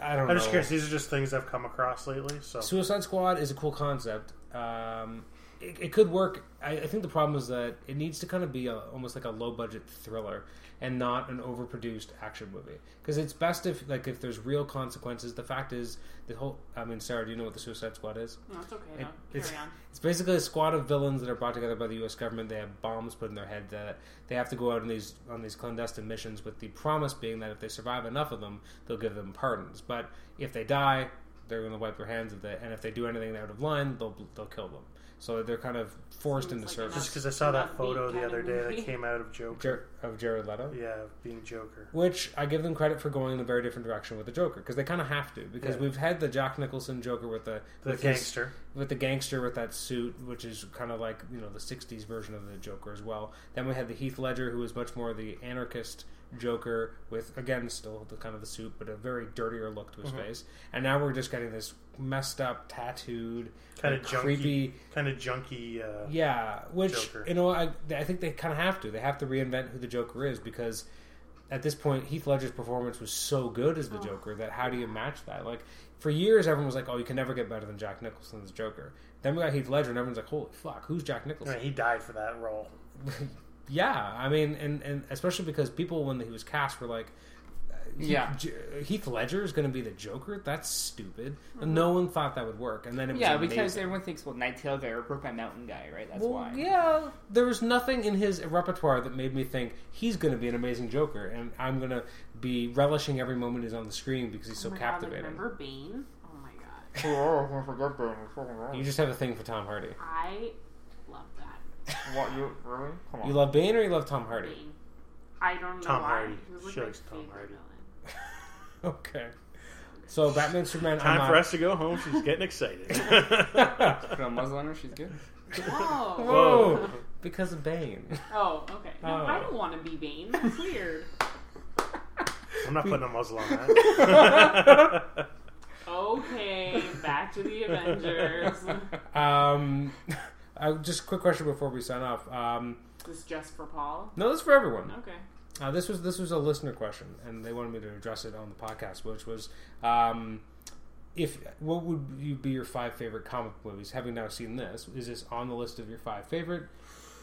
Speaker 1: I don't know.
Speaker 4: I'm just curious. These are just things I've come across lately. So
Speaker 1: Suicide Squad is a cool concept. Um, it, it could work. I, I think the problem is that it needs to kind of be a, almost like a low budget thriller and not an overproduced action movie. Because it's best if like if there's real consequences. The fact is, the whole. I mean, Sarah, do you know what the Suicide Squad is?
Speaker 3: No, it's okay.
Speaker 1: It-
Speaker 3: no,
Speaker 1: it's-
Speaker 3: carry on.
Speaker 1: It's basically a squad of villains that are brought together by the U.S. government. They have bombs put in their head that they have to go out on these on these clandestine missions, with the promise being that if they survive enough of them, they'll give them pardons. But if they die, they're going to wipe their hands of it, and if they do anything out of line, they'll they'll kill them. So they're kind of forced
Speaker 3: Seems
Speaker 1: into
Speaker 3: like
Speaker 1: service
Speaker 4: just because I saw that
Speaker 3: Not
Speaker 4: photo
Speaker 3: beat
Speaker 4: the
Speaker 3: kind
Speaker 4: other
Speaker 3: of
Speaker 4: day
Speaker 3: movie.
Speaker 4: that came out of Joker,
Speaker 1: Jer- of Jared Leto.
Speaker 4: yeah, of being Joker.
Speaker 1: Which I give them credit for going in a very different direction with the Joker because they kind of have to because
Speaker 4: Yeah.
Speaker 1: we've had the Jack Nicholson Joker with the
Speaker 4: The
Speaker 1: with his-
Speaker 4: gangster.
Speaker 1: with the gangster with that suit, which is kind of like you know the '60s version of the Joker as well. Then we had the Heath Ledger, who was much more the anarchist Joker, with again still the kind of the suit, but a very dirtier look to his
Speaker 4: Mm-hmm.
Speaker 1: face. And now we're just getting this messed up, tattooed,
Speaker 4: Kinda
Speaker 1: like,
Speaker 4: junky.
Speaker 1: creepy,
Speaker 4: kind of junky. Uh,
Speaker 1: yeah. Which
Speaker 4: Joker.
Speaker 1: you know, I, I think they kind of have to. They have to reinvent who the Joker is because. At this point, Heath Ledger's performance was so good as the
Speaker 3: Oh.
Speaker 1: Joker that how do you match that? Like for years, everyone was like, "Oh, you can never get better than Jack Nicholson's Joker." Then we got Heath Ledger, and everyone's like, "Holy fuck, who's Jack
Speaker 4: I
Speaker 1: Nicholson?"
Speaker 4: mean, he died for that role.
Speaker 1: yeah, I mean, and and especially because people when he was cast were like, uh, Heath-
Speaker 2: Yeah.
Speaker 1: J- Heath Ledger is going to be the Joker. That's stupid." And No one thought that would work, and then it was
Speaker 2: Yeah, because
Speaker 1: amazing.
Speaker 2: everyone thinks, well, Night Tail guy or Brokeback Mountain guy, right? That's
Speaker 1: Well,
Speaker 2: why. [laughs]
Speaker 1: yeah, there was nothing in his repertoire that made me think he's going to be an amazing Joker, and I'm going to be relishing every moment he's on the screen because he's so
Speaker 3: oh my God,
Speaker 1: captivating.
Speaker 3: remember Bane? Oh my
Speaker 2: [laughs]
Speaker 3: god,
Speaker 1: You just have a thing for Tom Hardy.
Speaker 3: I love that
Speaker 2: What, you, really? Come
Speaker 1: You love Bane or you love Tom Hardy? [laughs]
Speaker 3: Bane. I don't know
Speaker 4: Tom
Speaker 3: why.
Speaker 4: Hardy.
Speaker 3: He was like
Speaker 4: She
Speaker 3: my
Speaker 4: likes Tom
Speaker 3: favorite
Speaker 4: Hardy.
Speaker 3: villain.
Speaker 1: Okay. So Batman Superman.
Speaker 4: Time
Speaker 1: I'm
Speaker 4: for
Speaker 1: not-
Speaker 4: us to go home. She's
Speaker 1: [laughs]
Speaker 4: getting
Speaker 2: [laughs]
Speaker 4: excited.
Speaker 2: Put a muzzle on her, she's good.
Speaker 4: [laughs]
Speaker 3: Whoa.
Speaker 1: Whoa! Because of Bane.
Speaker 3: Oh, okay. No,
Speaker 1: Oh.
Speaker 3: I don't want to be Bane. That's weird.
Speaker 4: I'm not putting a muzzle on
Speaker 1: [laughs]
Speaker 4: that.
Speaker 3: okay, back to the Avengers.
Speaker 1: [laughs] Um, [laughs] I, just a quick question before we sign off. Um,
Speaker 3: this is just for Paul.
Speaker 1: no, this is for everyone.
Speaker 3: Okay.
Speaker 1: Uh, this was this was a listener question, and they wanted me to address it on the podcast, which was, um, if what would you be your five favorite comic movies? Having now seen this, is this on the list of your five favorite?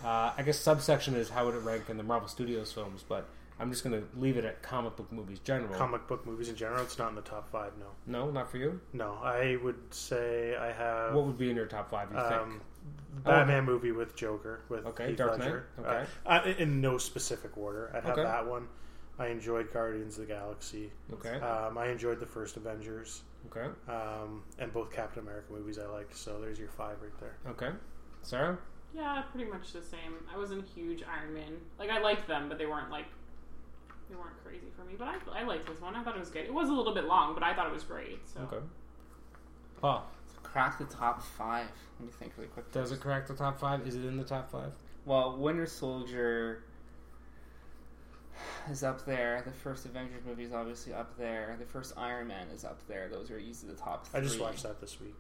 Speaker 1: Uh, I guess subsection is how would it rank in the Marvel Studios films, but I'm just going to leave it at comic book movies general.
Speaker 4: Comic book movies in general, it's not in the top five. No,
Speaker 1: no, not for you.
Speaker 4: no. I would say I have
Speaker 1: What would be in your top five? You
Speaker 4: um,
Speaker 1: think? Oh,
Speaker 4: Batman movie with Joker with
Speaker 1: Okay,
Speaker 4: Heath
Speaker 1: Dark
Speaker 4: Ledger.
Speaker 1: Knight, okay.
Speaker 4: Uh, I- in no specific order. I'd have
Speaker 1: Okay.
Speaker 4: that one. I enjoyed Guardians of the Galaxy.
Speaker 1: Oh, okay.
Speaker 4: Um, I enjoyed the first Avengers,
Speaker 1: Okay.
Speaker 4: um, and both Captain America movies I liked. So there's your five right there.
Speaker 1: Okay. Sarah.
Speaker 3: Yeah, pretty much the same. I wasn't a huge Iron Man. Like I liked them, but they weren't like they weren't crazy for me. But I, I liked this one. I thought it was good. It was a little bit long, but I thought it was great. So
Speaker 1: Okay. Paul.
Speaker 2: Crack the top five. Let me think really quick.
Speaker 1: Does it crack the top five? Is it in the top five?
Speaker 2: Well, Winter Soldier is up there. The first Avengers movie is obviously up there. The first Iron Man is up there. Those are easily the top three.
Speaker 4: I just watched that this week.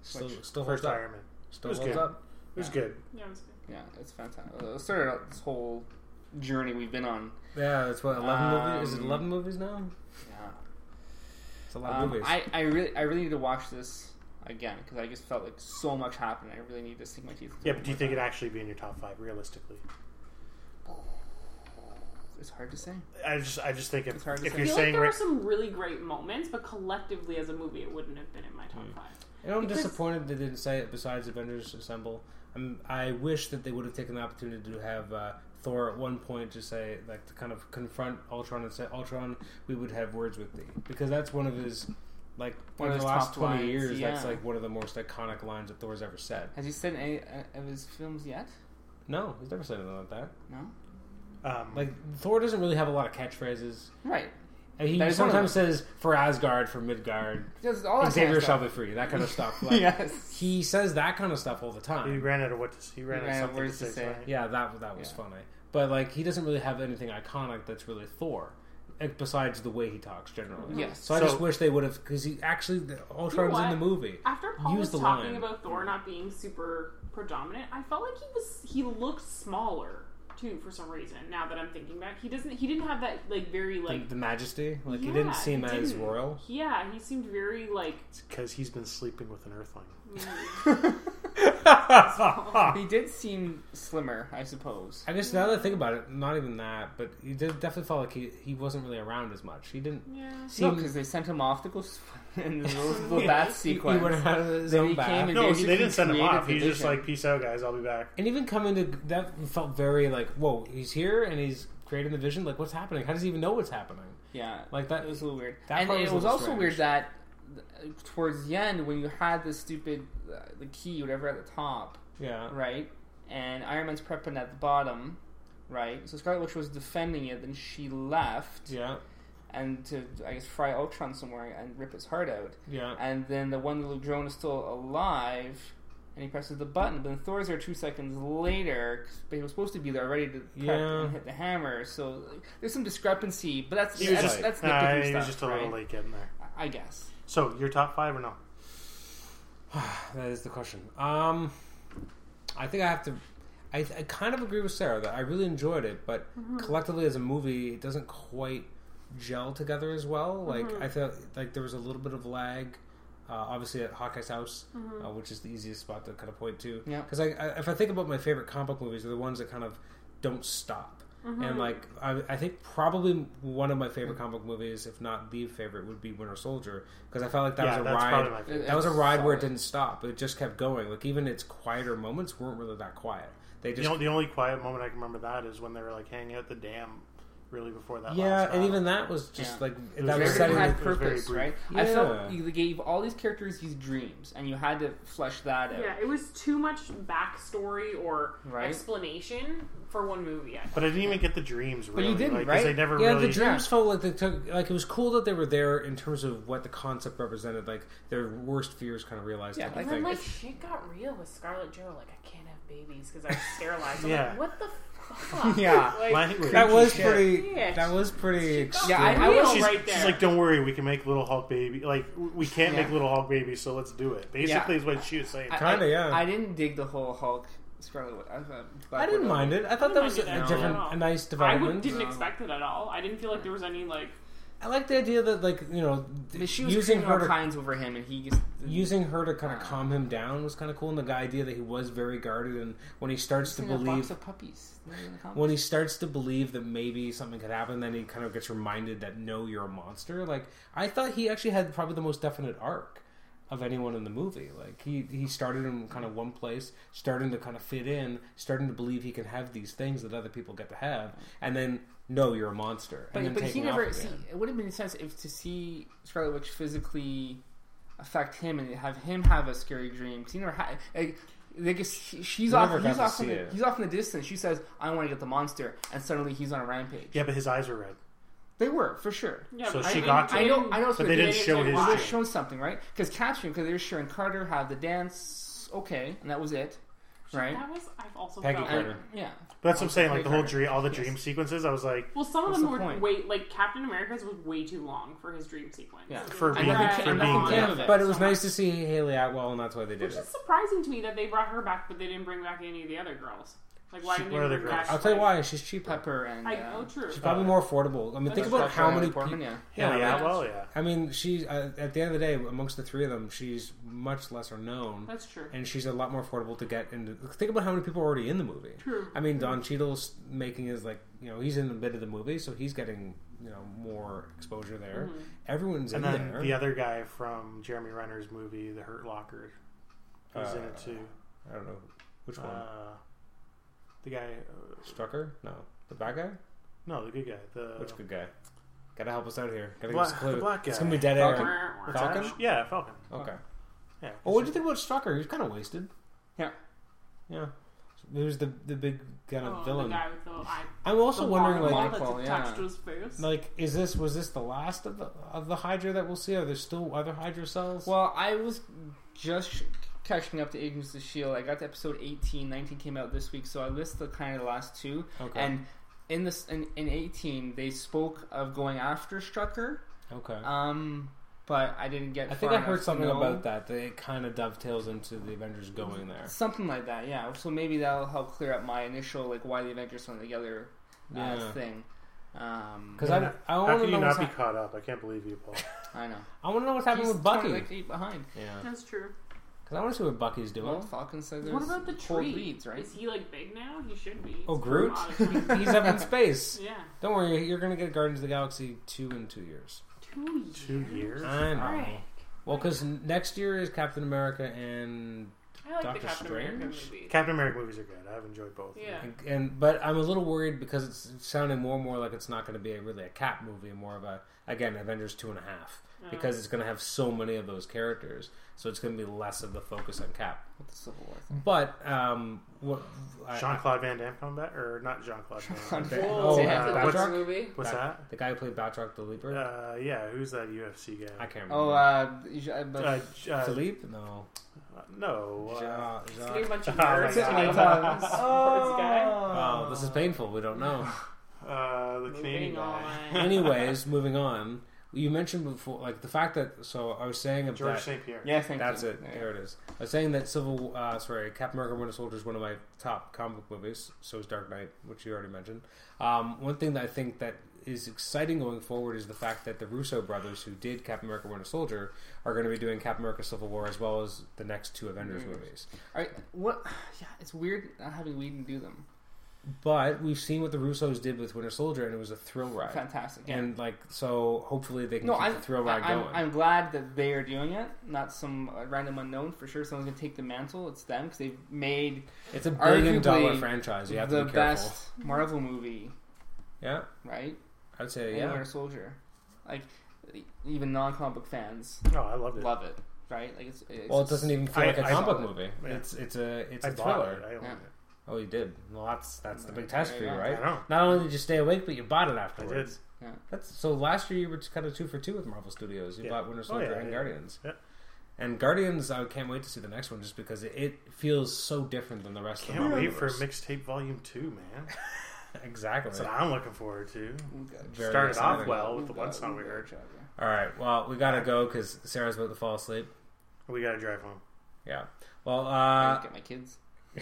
Speaker 1: Still,
Speaker 2: Which-
Speaker 1: still holds
Speaker 4: First
Speaker 1: up.
Speaker 4: Iron Man.
Speaker 1: Still
Speaker 4: was
Speaker 1: holds
Speaker 4: good.
Speaker 1: up.
Speaker 4: It was good.
Speaker 3: yeah, it was good.
Speaker 2: Yeah, it's fantastic. It started out this whole journey we've been on.
Speaker 1: Yeah, it's what eleven movies. Is it
Speaker 2: Um,
Speaker 1: eleven movies now?
Speaker 2: Yeah.
Speaker 1: It's a lot of
Speaker 2: Um,
Speaker 1: movies.
Speaker 2: I, I really I really need to watch this again because I just felt like so much happened. I really need to sink my teeth. into
Speaker 4: Yeah,
Speaker 2: it
Speaker 4: but do you
Speaker 2: more
Speaker 4: think
Speaker 2: time.
Speaker 4: it'd actually be in your top five realistically?
Speaker 2: It's hard to say.
Speaker 4: I just, I just think if,
Speaker 2: It's hard to
Speaker 4: if
Speaker 2: say.
Speaker 4: you're
Speaker 3: I feel like
Speaker 4: saying
Speaker 3: there
Speaker 4: right,
Speaker 3: were some really great moments, but collectively as a movie, it wouldn't have been in my top five.
Speaker 1: and I'm
Speaker 3: because-
Speaker 1: disappointed they didn't say it. Besides Avengers Assemble, I'm, I wish that they would have taken the opportunity to have uh, Thor at one point to say, like, to kind of confront Ultron and say, "Ultron, we would have words with thee," because that's one of his, like,
Speaker 2: One of
Speaker 1: in the
Speaker 2: his
Speaker 1: last
Speaker 2: top
Speaker 1: twenty
Speaker 2: lines,
Speaker 1: years. That's
Speaker 2: yeah.
Speaker 1: like one of the most iconic lines that Thor's ever said.
Speaker 2: Has he said any uh, of his films yet?
Speaker 1: No, he's never said anything like that.
Speaker 2: No.
Speaker 4: um,
Speaker 1: Like Thor doesn't really have a lot of catchphrases.
Speaker 2: Right.
Speaker 1: And He
Speaker 2: That is one of
Speaker 1: sometimes says for Asgard, for Midgard,
Speaker 2: Just all that
Speaker 1: Xavier shall
Speaker 2: kind
Speaker 1: be
Speaker 2: of
Speaker 1: free, that kind of
Speaker 2: [laughs]
Speaker 1: stuff.
Speaker 2: stuff.
Speaker 1: Like,
Speaker 2: yes.
Speaker 1: He says that kind of stuff all the
Speaker 4: he
Speaker 1: time.
Speaker 4: ran out of what to, he ran
Speaker 2: He
Speaker 4: out
Speaker 2: ran out
Speaker 4: of
Speaker 2: of
Speaker 4: something to
Speaker 2: words
Speaker 4: say.
Speaker 2: to say.
Speaker 4: sorry.
Speaker 1: Yeah, that that was
Speaker 2: Yeah.
Speaker 1: funny. But like, he doesn't really have anything iconic that's really Thor. like, besides the way he talks generally.
Speaker 3: Yes.
Speaker 1: So, I
Speaker 4: So-
Speaker 1: just wish they would have because he actually the Ultron's in
Speaker 3: what?
Speaker 1: the movie.
Speaker 3: After Paul
Speaker 1: Use
Speaker 3: was
Speaker 1: the
Speaker 3: talking
Speaker 1: line.
Speaker 3: about Thor not being super predominant, I felt like he was he looked smaller too for some reason. Now that I'm thinking back, he doesn't he didn't have that like very
Speaker 1: The,
Speaker 3: like
Speaker 1: the Majesty, like he
Speaker 3: yeah,
Speaker 1: didn't seem
Speaker 3: he
Speaker 1: as
Speaker 3: didn't.
Speaker 1: royal.
Speaker 3: Yeah, he seemed very like
Speaker 4: It's because he's been sleeping with an Earthling.
Speaker 2: He did seem slimmer, I suppose.
Speaker 1: I guess now that I think about it, not even that, but he did definitely felt like he he wasn't really around as much. He didn't
Speaker 3: yeah.
Speaker 2: No,
Speaker 1: seem.
Speaker 2: because they sent him off to go swim [laughs] in
Speaker 1: [laughs]
Speaker 2: the little
Speaker 1: Yeah.
Speaker 2: bath
Speaker 1: he, he
Speaker 2: sequence.
Speaker 1: went out of his
Speaker 2: Then
Speaker 1: own
Speaker 2: he
Speaker 1: bath.
Speaker 2: came and-
Speaker 4: No,
Speaker 2: Maybe
Speaker 4: he-
Speaker 2: you
Speaker 4: they
Speaker 2: can
Speaker 4: didn't send him
Speaker 2: create a
Speaker 4: off. He's just
Speaker 2: division.
Speaker 4: like, peace out, guys. I'll be back.
Speaker 1: And even coming to that felt very like, whoa, he's here and he's creating the vision. Like, what's happening? How does he even know what's happening?
Speaker 2: yeah,
Speaker 1: Like that.
Speaker 2: it was a little weird.
Speaker 1: That
Speaker 2: and
Speaker 1: part
Speaker 2: it
Speaker 1: was a
Speaker 2: was
Speaker 1: little
Speaker 2: also
Speaker 1: strange.
Speaker 2: weird that uh, towards the end, when you had the stupid uh, the key, whatever, at the top,
Speaker 1: yeah.
Speaker 2: right, and Iron Man's prepping at the bottom, right. So Scarlet Witch was defending it, then she left,
Speaker 1: Yeah.
Speaker 2: and to I guess fry Ultron somewhere and rip his heart out.
Speaker 1: Yeah.
Speaker 2: And then the one little drone is still alive, and he presses the button. But then Thor's there two seconds later, 'cause- but he was supposed to be there ready to prep
Speaker 1: Yeah.
Speaker 2: and hit the hammer. So like, there's some discrepancy, but that's
Speaker 4: He
Speaker 2: that's,
Speaker 4: was just,
Speaker 2: that's
Speaker 4: nah,
Speaker 2: nitpicking
Speaker 4: he was
Speaker 2: stuff,
Speaker 4: just a
Speaker 2: right?
Speaker 4: little late getting there.
Speaker 2: I guess.
Speaker 4: So, your top five or no?
Speaker 1: That is the question. Um, I think I have to. I, I kind of agree with Sarah that I really enjoyed it, but collectively as a movie, it doesn't quite gel together as well. Like I felt like there was a little bit of lag. Uh, obviously at Hawkeye's house, uh, which is the easiest spot to kind of point to.
Speaker 2: Yeah.
Speaker 1: Because I, I, if I think about my favorite comic book movies, they're the ones that kind of don't stop. And like I, I think probably one of my favorite comic book movies, if not the favorite, would be Winter Soldier because I felt like that
Speaker 4: yeah,
Speaker 1: was a
Speaker 4: that's
Speaker 1: ride
Speaker 4: probably my favorite.
Speaker 2: It-
Speaker 1: that was a
Speaker 2: it's
Speaker 1: ride where it
Speaker 2: solid.
Speaker 1: didn't stop. It just kept going. Like even its quieter moments weren't really that quiet. They
Speaker 4: The
Speaker 1: just
Speaker 4: only, the only quiet moment I can remember that is when they were like hanging out the dam, really before that.
Speaker 1: yeah,
Speaker 4: last
Speaker 1: and
Speaker 4: battle.
Speaker 1: even that was just
Speaker 2: Yeah.
Speaker 1: like
Speaker 4: was
Speaker 1: that was
Speaker 4: very
Speaker 2: Everything
Speaker 1: setting.
Speaker 4: quiet.
Speaker 2: had
Speaker 4: It was very
Speaker 2: purpose,
Speaker 4: brief.
Speaker 2: right? I
Speaker 1: Yeah.
Speaker 2: felt you gave all these characters these dreams, and you had to flesh that out.
Speaker 3: Yeah, it was too much backstory or
Speaker 2: Right.
Speaker 3: explanation for one movie. I
Speaker 4: But I didn't even get the dreams. Really,
Speaker 2: you didn't,
Speaker 4: like, 'cause They
Speaker 2: right?
Speaker 4: never
Speaker 1: Yeah,
Speaker 4: really.
Speaker 1: the dreams felt like they took like it was cool that they were there in terms of what the concept represented. Like their worst fears kind of realized.
Speaker 2: Yeah,
Speaker 1: type of
Speaker 2: like-
Speaker 3: And then
Speaker 1: thing.
Speaker 3: like shit got real with Scarlet Joe. Like I can't have babies because I was sterilized. I'm
Speaker 4: Yeah.
Speaker 3: like, what the fuck?
Speaker 2: Yeah.
Speaker 1: [laughs]
Speaker 3: Like,
Speaker 4: Language.
Speaker 1: that was
Speaker 4: Shit.
Speaker 1: pretty.
Speaker 3: Yeah.
Speaker 1: That was pretty.
Speaker 3: got
Speaker 1: Extreme.
Speaker 2: Yeah, I- I
Speaker 3: real
Speaker 2: was-
Speaker 4: She's,
Speaker 3: right there.
Speaker 4: she's like, "Don't worry, we can make little Hulk baby. Like, w- we can't
Speaker 2: Yeah.
Speaker 4: make little Hulk babies, so let's do it." Basically,
Speaker 2: Yeah.
Speaker 4: is what she was saying.
Speaker 2: I-
Speaker 1: Kinda,
Speaker 2: I-
Speaker 1: yeah.
Speaker 2: I didn't dig the whole Hulk Scarlet. Witch- I, thought Black
Speaker 1: I didn't
Speaker 2: Widow-
Speaker 1: mind it. I thought
Speaker 3: I
Speaker 1: that was a,
Speaker 3: didn't mind it at
Speaker 1: different,
Speaker 3: all.
Speaker 1: a nice
Speaker 3: I
Speaker 1: development.
Speaker 3: would, didn't
Speaker 2: No.
Speaker 3: expect it at all. I didn't feel like there was any like
Speaker 1: I like the idea that like you know
Speaker 2: I mean, she was
Speaker 1: using
Speaker 2: creating
Speaker 1: her
Speaker 2: all
Speaker 1: to
Speaker 2: kinds over him, and he just
Speaker 1: using her to kind of calm him down was kind of cool, and the idea that he was very guarded, and when he starts to
Speaker 2: in a box
Speaker 1: believe,
Speaker 2: of puppies. living in the comic.
Speaker 1: when he starts to believe that maybe something could happen, then he kind of gets reminded that no, you're a monster. Like I thought he actually had probably the most definite arc of anyone in the movie. Like he he started in kind of one place, starting to kind of fit in, starting to believe he can have these things that other people get to have, and then no, you're a monster. and
Speaker 2: But,
Speaker 1: then
Speaker 2: but he
Speaker 1: taking off
Speaker 2: never. See,
Speaker 1: again.
Speaker 2: it would have been sense if to see Scarlet Witch physically affect him and have him have a scary dream. 'cause he never had. Like, like she- she's
Speaker 1: We
Speaker 2: off.
Speaker 1: never got
Speaker 2: He's
Speaker 1: to
Speaker 2: off,
Speaker 1: see
Speaker 2: in the,
Speaker 1: it.
Speaker 2: he's off in the distance. She says, "I want to get the monster," and suddenly he's on a rampage.
Speaker 4: yeah, but his eyes are red.
Speaker 2: They were for sure.
Speaker 3: yeah,
Speaker 4: So
Speaker 3: but
Speaker 4: she
Speaker 3: I
Speaker 4: got
Speaker 2: I
Speaker 3: didn't-
Speaker 2: know. I know. it's
Speaker 4: But
Speaker 2: the
Speaker 4: they didn't
Speaker 2: dance-
Speaker 4: show
Speaker 2: they
Speaker 4: his
Speaker 2: would've
Speaker 4: dream.
Speaker 2: shown something, right? Because Catherine, because they were showing Carter have the dance. Okay, and that was it, right?
Speaker 3: That was I've also
Speaker 1: Peggy
Speaker 3: felt
Speaker 1: Carter.
Speaker 3: like
Speaker 2: Yeah.
Speaker 4: But that's what I'm saying. Like the whole
Speaker 2: Yes.
Speaker 4: dream, all the dream sequences. I was like,
Speaker 3: well, some of
Speaker 2: What's
Speaker 3: them
Speaker 2: the
Speaker 3: were
Speaker 2: point?
Speaker 3: way like Captain America's was way too long for his dream sequence.
Speaker 2: Yeah.
Speaker 4: For
Speaker 3: Like,
Speaker 4: being-
Speaker 3: that-
Speaker 4: for
Speaker 3: that
Speaker 4: being
Speaker 3: long.
Speaker 2: dead.
Speaker 1: But it was
Speaker 3: So much.
Speaker 1: nice to see Haley Atwell, and that's why they did
Speaker 3: Which
Speaker 1: it.
Speaker 3: is surprising to me that they brought her back, but they didn't bring back any of the other girls. Like why
Speaker 4: She-
Speaker 3: didn't
Speaker 4: what
Speaker 3: they
Speaker 4: other
Speaker 3: bring
Speaker 4: girls?
Speaker 3: back?
Speaker 1: I'll tell you
Speaker 3: like,
Speaker 1: why. She's cheaper.
Speaker 2: Pepper and.
Speaker 3: I
Speaker 2: uh,
Speaker 3: know, true.
Speaker 1: She's probably more affordable. I mean, think about how many.
Speaker 2: Portman,
Speaker 1: peop-
Speaker 2: yeah.
Speaker 4: yeah,
Speaker 1: Yeah,
Speaker 4: yeah,
Speaker 1: like-
Speaker 4: well, yeah.
Speaker 1: I mean, she uh, at the end of the day, amongst the three of them, she's much lesser known,
Speaker 3: That's true.
Speaker 1: and she's a lot more affordable to get. into think about how many people are already in the movie.
Speaker 3: True.
Speaker 1: I mean, Don Cheadle's making his like you know he's in the bit of the movie, so he's getting you know more exposure
Speaker 3: Mm-hmm.
Speaker 1: there. Everyone's
Speaker 4: And
Speaker 1: in
Speaker 4: then
Speaker 1: there.
Speaker 4: the other guy from Jeremy Renner's movie, The Hurt Locker, who's in it too.
Speaker 1: I don't know Uh, which one.
Speaker 4: Uh, the guy, uh,
Speaker 1: Strucker? No, the bad guy.
Speaker 4: no, the good guy. The
Speaker 1: Which good guy? Gotta help us out here. Gotta
Speaker 4: Black-
Speaker 1: give us a clue.
Speaker 4: the black
Speaker 1: It's
Speaker 4: guy.
Speaker 1: gonna be dead air.
Speaker 2: Falcon.
Speaker 4: What's that?
Speaker 1: Falcon?
Speaker 4: Yeah, Falcon.
Speaker 1: Okay.
Speaker 4: Yeah.
Speaker 1: Well, Oh, what do you think about Strucker? He's kind of wasted.
Speaker 2: Yeah.
Speaker 1: Yeah. He was the the big kind of
Speaker 3: Oh,
Speaker 1: villain.
Speaker 3: The guy with the eye.
Speaker 1: I'm also
Speaker 3: the
Speaker 1: wondering,
Speaker 3: monocle
Speaker 1: like,
Speaker 2: monocle.
Speaker 3: that's
Speaker 2: Monocle,
Speaker 3: attached
Speaker 2: yeah.
Speaker 3: to his face.
Speaker 1: like is this was this the last of the of the Hydra that we'll see? Are there still other Hydra cells?
Speaker 2: Well, I was just catching up to Agents of S.H.I.E.L.D. I got to episode 18. 19 came out this week, so I list the kind of the last two.
Speaker 1: Okay.
Speaker 2: And in this in, in 18 they spoke of going after Strucker.
Speaker 1: Okay.
Speaker 2: Um, but I didn't get.
Speaker 1: I
Speaker 2: far
Speaker 1: think I
Speaker 2: enough
Speaker 1: heard
Speaker 2: to
Speaker 1: something
Speaker 2: know.
Speaker 1: about that. That it kind of dovetails into the Avengers going there.
Speaker 2: Something like that, yeah. So maybe that'll help clear up my initial like why the Avengers hung together uh,
Speaker 1: Yeah.
Speaker 2: thing. Um,
Speaker 1: Because
Speaker 4: Yeah.
Speaker 1: I, I
Speaker 4: How
Speaker 1: want to
Speaker 4: can you
Speaker 1: know.
Speaker 4: not
Speaker 1: What's
Speaker 4: be
Speaker 1: hap-
Speaker 4: caught up? I can't believe you,
Speaker 1: [laughs]
Speaker 4: Paul.
Speaker 2: I know.
Speaker 1: I want to know what's happening
Speaker 2: He's
Speaker 1: with Bucky.
Speaker 2: totally, like eight behind.
Speaker 3: [laughs]
Speaker 1: yeah.
Speaker 3: That's true.
Speaker 1: Because I want to see what Bucky's doing.
Speaker 2: Well, Falcon said there's
Speaker 3: What about the
Speaker 2: cold
Speaker 3: tree?
Speaker 2: leads, right?
Speaker 3: Is he like big now? He should be.
Speaker 1: Oh,
Speaker 3: It's
Speaker 1: Groot?
Speaker 3: a lot
Speaker 1: [laughs]
Speaker 3: of time.
Speaker 1: He's up in space.
Speaker 3: yeah.
Speaker 1: Don't worry, you're gonna get Guardians of the Galaxy two in two years.
Speaker 3: Two years.
Speaker 4: Two years.
Speaker 1: I know.
Speaker 3: Frick.
Speaker 1: Well, because next year is Captain America and
Speaker 3: I like
Speaker 1: Doctor
Speaker 3: the Captain America
Speaker 1: Strange?
Speaker 3: movie.
Speaker 4: Captain America movies are good. I've enjoyed both.
Speaker 3: Yeah.
Speaker 1: and but I'm a little worried because it's sounding more and more like it's not going to be a, really a Cap movie, and more of a again Avengers two and a half
Speaker 3: Uh, Mm.
Speaker 1: because it's going to have so many of those characters, so it's going to be less of the focus on Cap.
Speaker 2: With the Civil War.
Speaker 1: But um, what I-
Speaker 4: Jean Claude Van Damme coming back, or not Jean Claude? Van Damme.
Speaker 2: Claude.
Speaker 3: Whoa,
Speaker 1: Oh,
Speaker 3: that's
Speaker 4: yeah.
Speaker 3: a
Speaker 4: What's-
Speaker 3: Doctor movie.
Speaker 4: What's that?
Speaker 1: the guy who played Batroc the Leaper,
Speaker 4: Uh, yeah, who's that UFC guy?
Speaker 1: I can't remember.
Speaker 2: Oh, uh, J- uh, but-
Speaker 4: Uh, J- uh,
Speaker 1: Philippe? No.
Speaker 4: no. Uh,
Speaker 1: Ja-
Speaker 3: It's gonna be a
Speaker 1: Ja-
Speaker 3: bunch of
Speaker 4: Oh my
Speaker 3: nerds.
Speaker 4: God.
Speaker 3: like,
Speaker 4: [laughs]
Speaker 2: Sometimes. [laughs] Oh.
Speaker 3: sports guy.
Speaker 1: Wow, Oh, this is painful. We don't know.
Speaker 4: uh, the Canadian
Speaker 3: Moving
Speaker 4: guy.
Speaker 3: on.
Speaker 1: Anyways, moving on. You mentioned before, like the fact that. So I was saying about
Speaker 4: George St. Pierre.
Speaker 2: yeah, thank
Speaker 1: That's
Speaker 2: you.
Speaker 1: it.
Speaker 2: There you
Speaker 1: There it is. I was saying that Civil, uh, sorry, Captain America: Winter Soldier is one of my top comic book movies. So is Dark Knight, which you already mentioned. Um, one thing that I think that is exciting going forward is the fact that the Russo brothers, who did Captain America: Winter Soldier, are going to be doing Captain America: Civil War as well as the next two Avengers
Speaker 2: Mm.
Speaker 1: movies.
Speaker 2: All right, what? [sighs] Yeah, it's weird not having Whedon do them.
Speaker 1: But we've seen what the Russos did with Winter Soldier, and it was a thrill ride.
Speaker 2: Fantastic. Yeah.
Speaker 1: And like, so hopefully they can
Speaker 2: no,
Speaker 1: keep
Speaker 2: I'm,
Speaker 1: the thrill
Speaker 2: I-
Speaker 1: ride
Speaker 2: I'm,
Speaker 1: going.
Speaker 2: I'm glad that they are doing it, not some uh, random unknown. For sure, someone's gonna take the mantle. It's them because they've made
Speaker 1: it's a billion dollar
Speaker 2: arguably
Speaker 1: franchise. You have
Speaker 2: the
Speaker 1: to be careful.
Speaker 2: best Marvel movie,
Speaker 1: Yeah,
Speaker 2: right?
Speaker 1: I'd say
Speaker 2: And
Speaker 1: yeah.
Speaker 2: Winter Soldier, like even non-comic book fans
Speaker 4: Oh, I loved it.
Speaker 2: love it, right? Like it's, it's
Speaker 1: Well, it doesn't even feel
Speaker 4: I-
Speaker 1: like a
Speaker 4: I
Speaker 1: comic book
Speaker 2: saw it.
Speaker 1: movie.
Speaker 4: Yeah.
Speaker 1: It's it's a it's
Speaker 4: I
Speaker 1: a
Speaker 4: bought
Speaker 1: thriller.
Speaker 4: it. I owned
Speaker 2: Yeah.
Speaker 1: Oh, you did. Well, that's that's the big test for you,
Speaker 2: Yeah.
Speaker 4: it.
Speaker 1: right?
Speaker 4: I know.
Speaker 1: Not only did you stay awake, but you bought it
Speaker 4: I did.
Speaker 1: afterwards.
Speaker 2: Yeah.
Speaker 1: That's so. Last year you were kind of two for two with Marvel Studios. You
Speaker 4: Yeah.
Speaker 1: bought Winter
Speaker 4: Oh, yeah,
Speaker 1: Soldier
Speaker 4: I
Speaker 1: and
Speaker 4: did.
Speaker 1: Guardians.
Speaker 4: Yeah.
Speaker 1: And Guardians, I can't wait to see the next one just because it, it feels so different than the rest of the
Speaker 4: Can't
Speaker 1: Marvel
Speaker 4: wait for
Speaker 1: universe.
Speaker 4: mixtape volume two, man.
Speaker 1: exactly.
Speaker 4: That's what I'm looking forward to.
Speaker 1: Very
Speaker 4: Started off
Speaker 1: exciting.
Speaker 4: well with the one song we heard.
Speaker 1: All right. Well, we gotta go because Sarah's about to fall asleep.
Speaker 4: We gotta drive home. [laughs]
Speaker 1: Yeah. Well,
Speaker 2: I
Speaker 1: uh,
Speaker 2: get my kids.
Speaker 1: [laughs]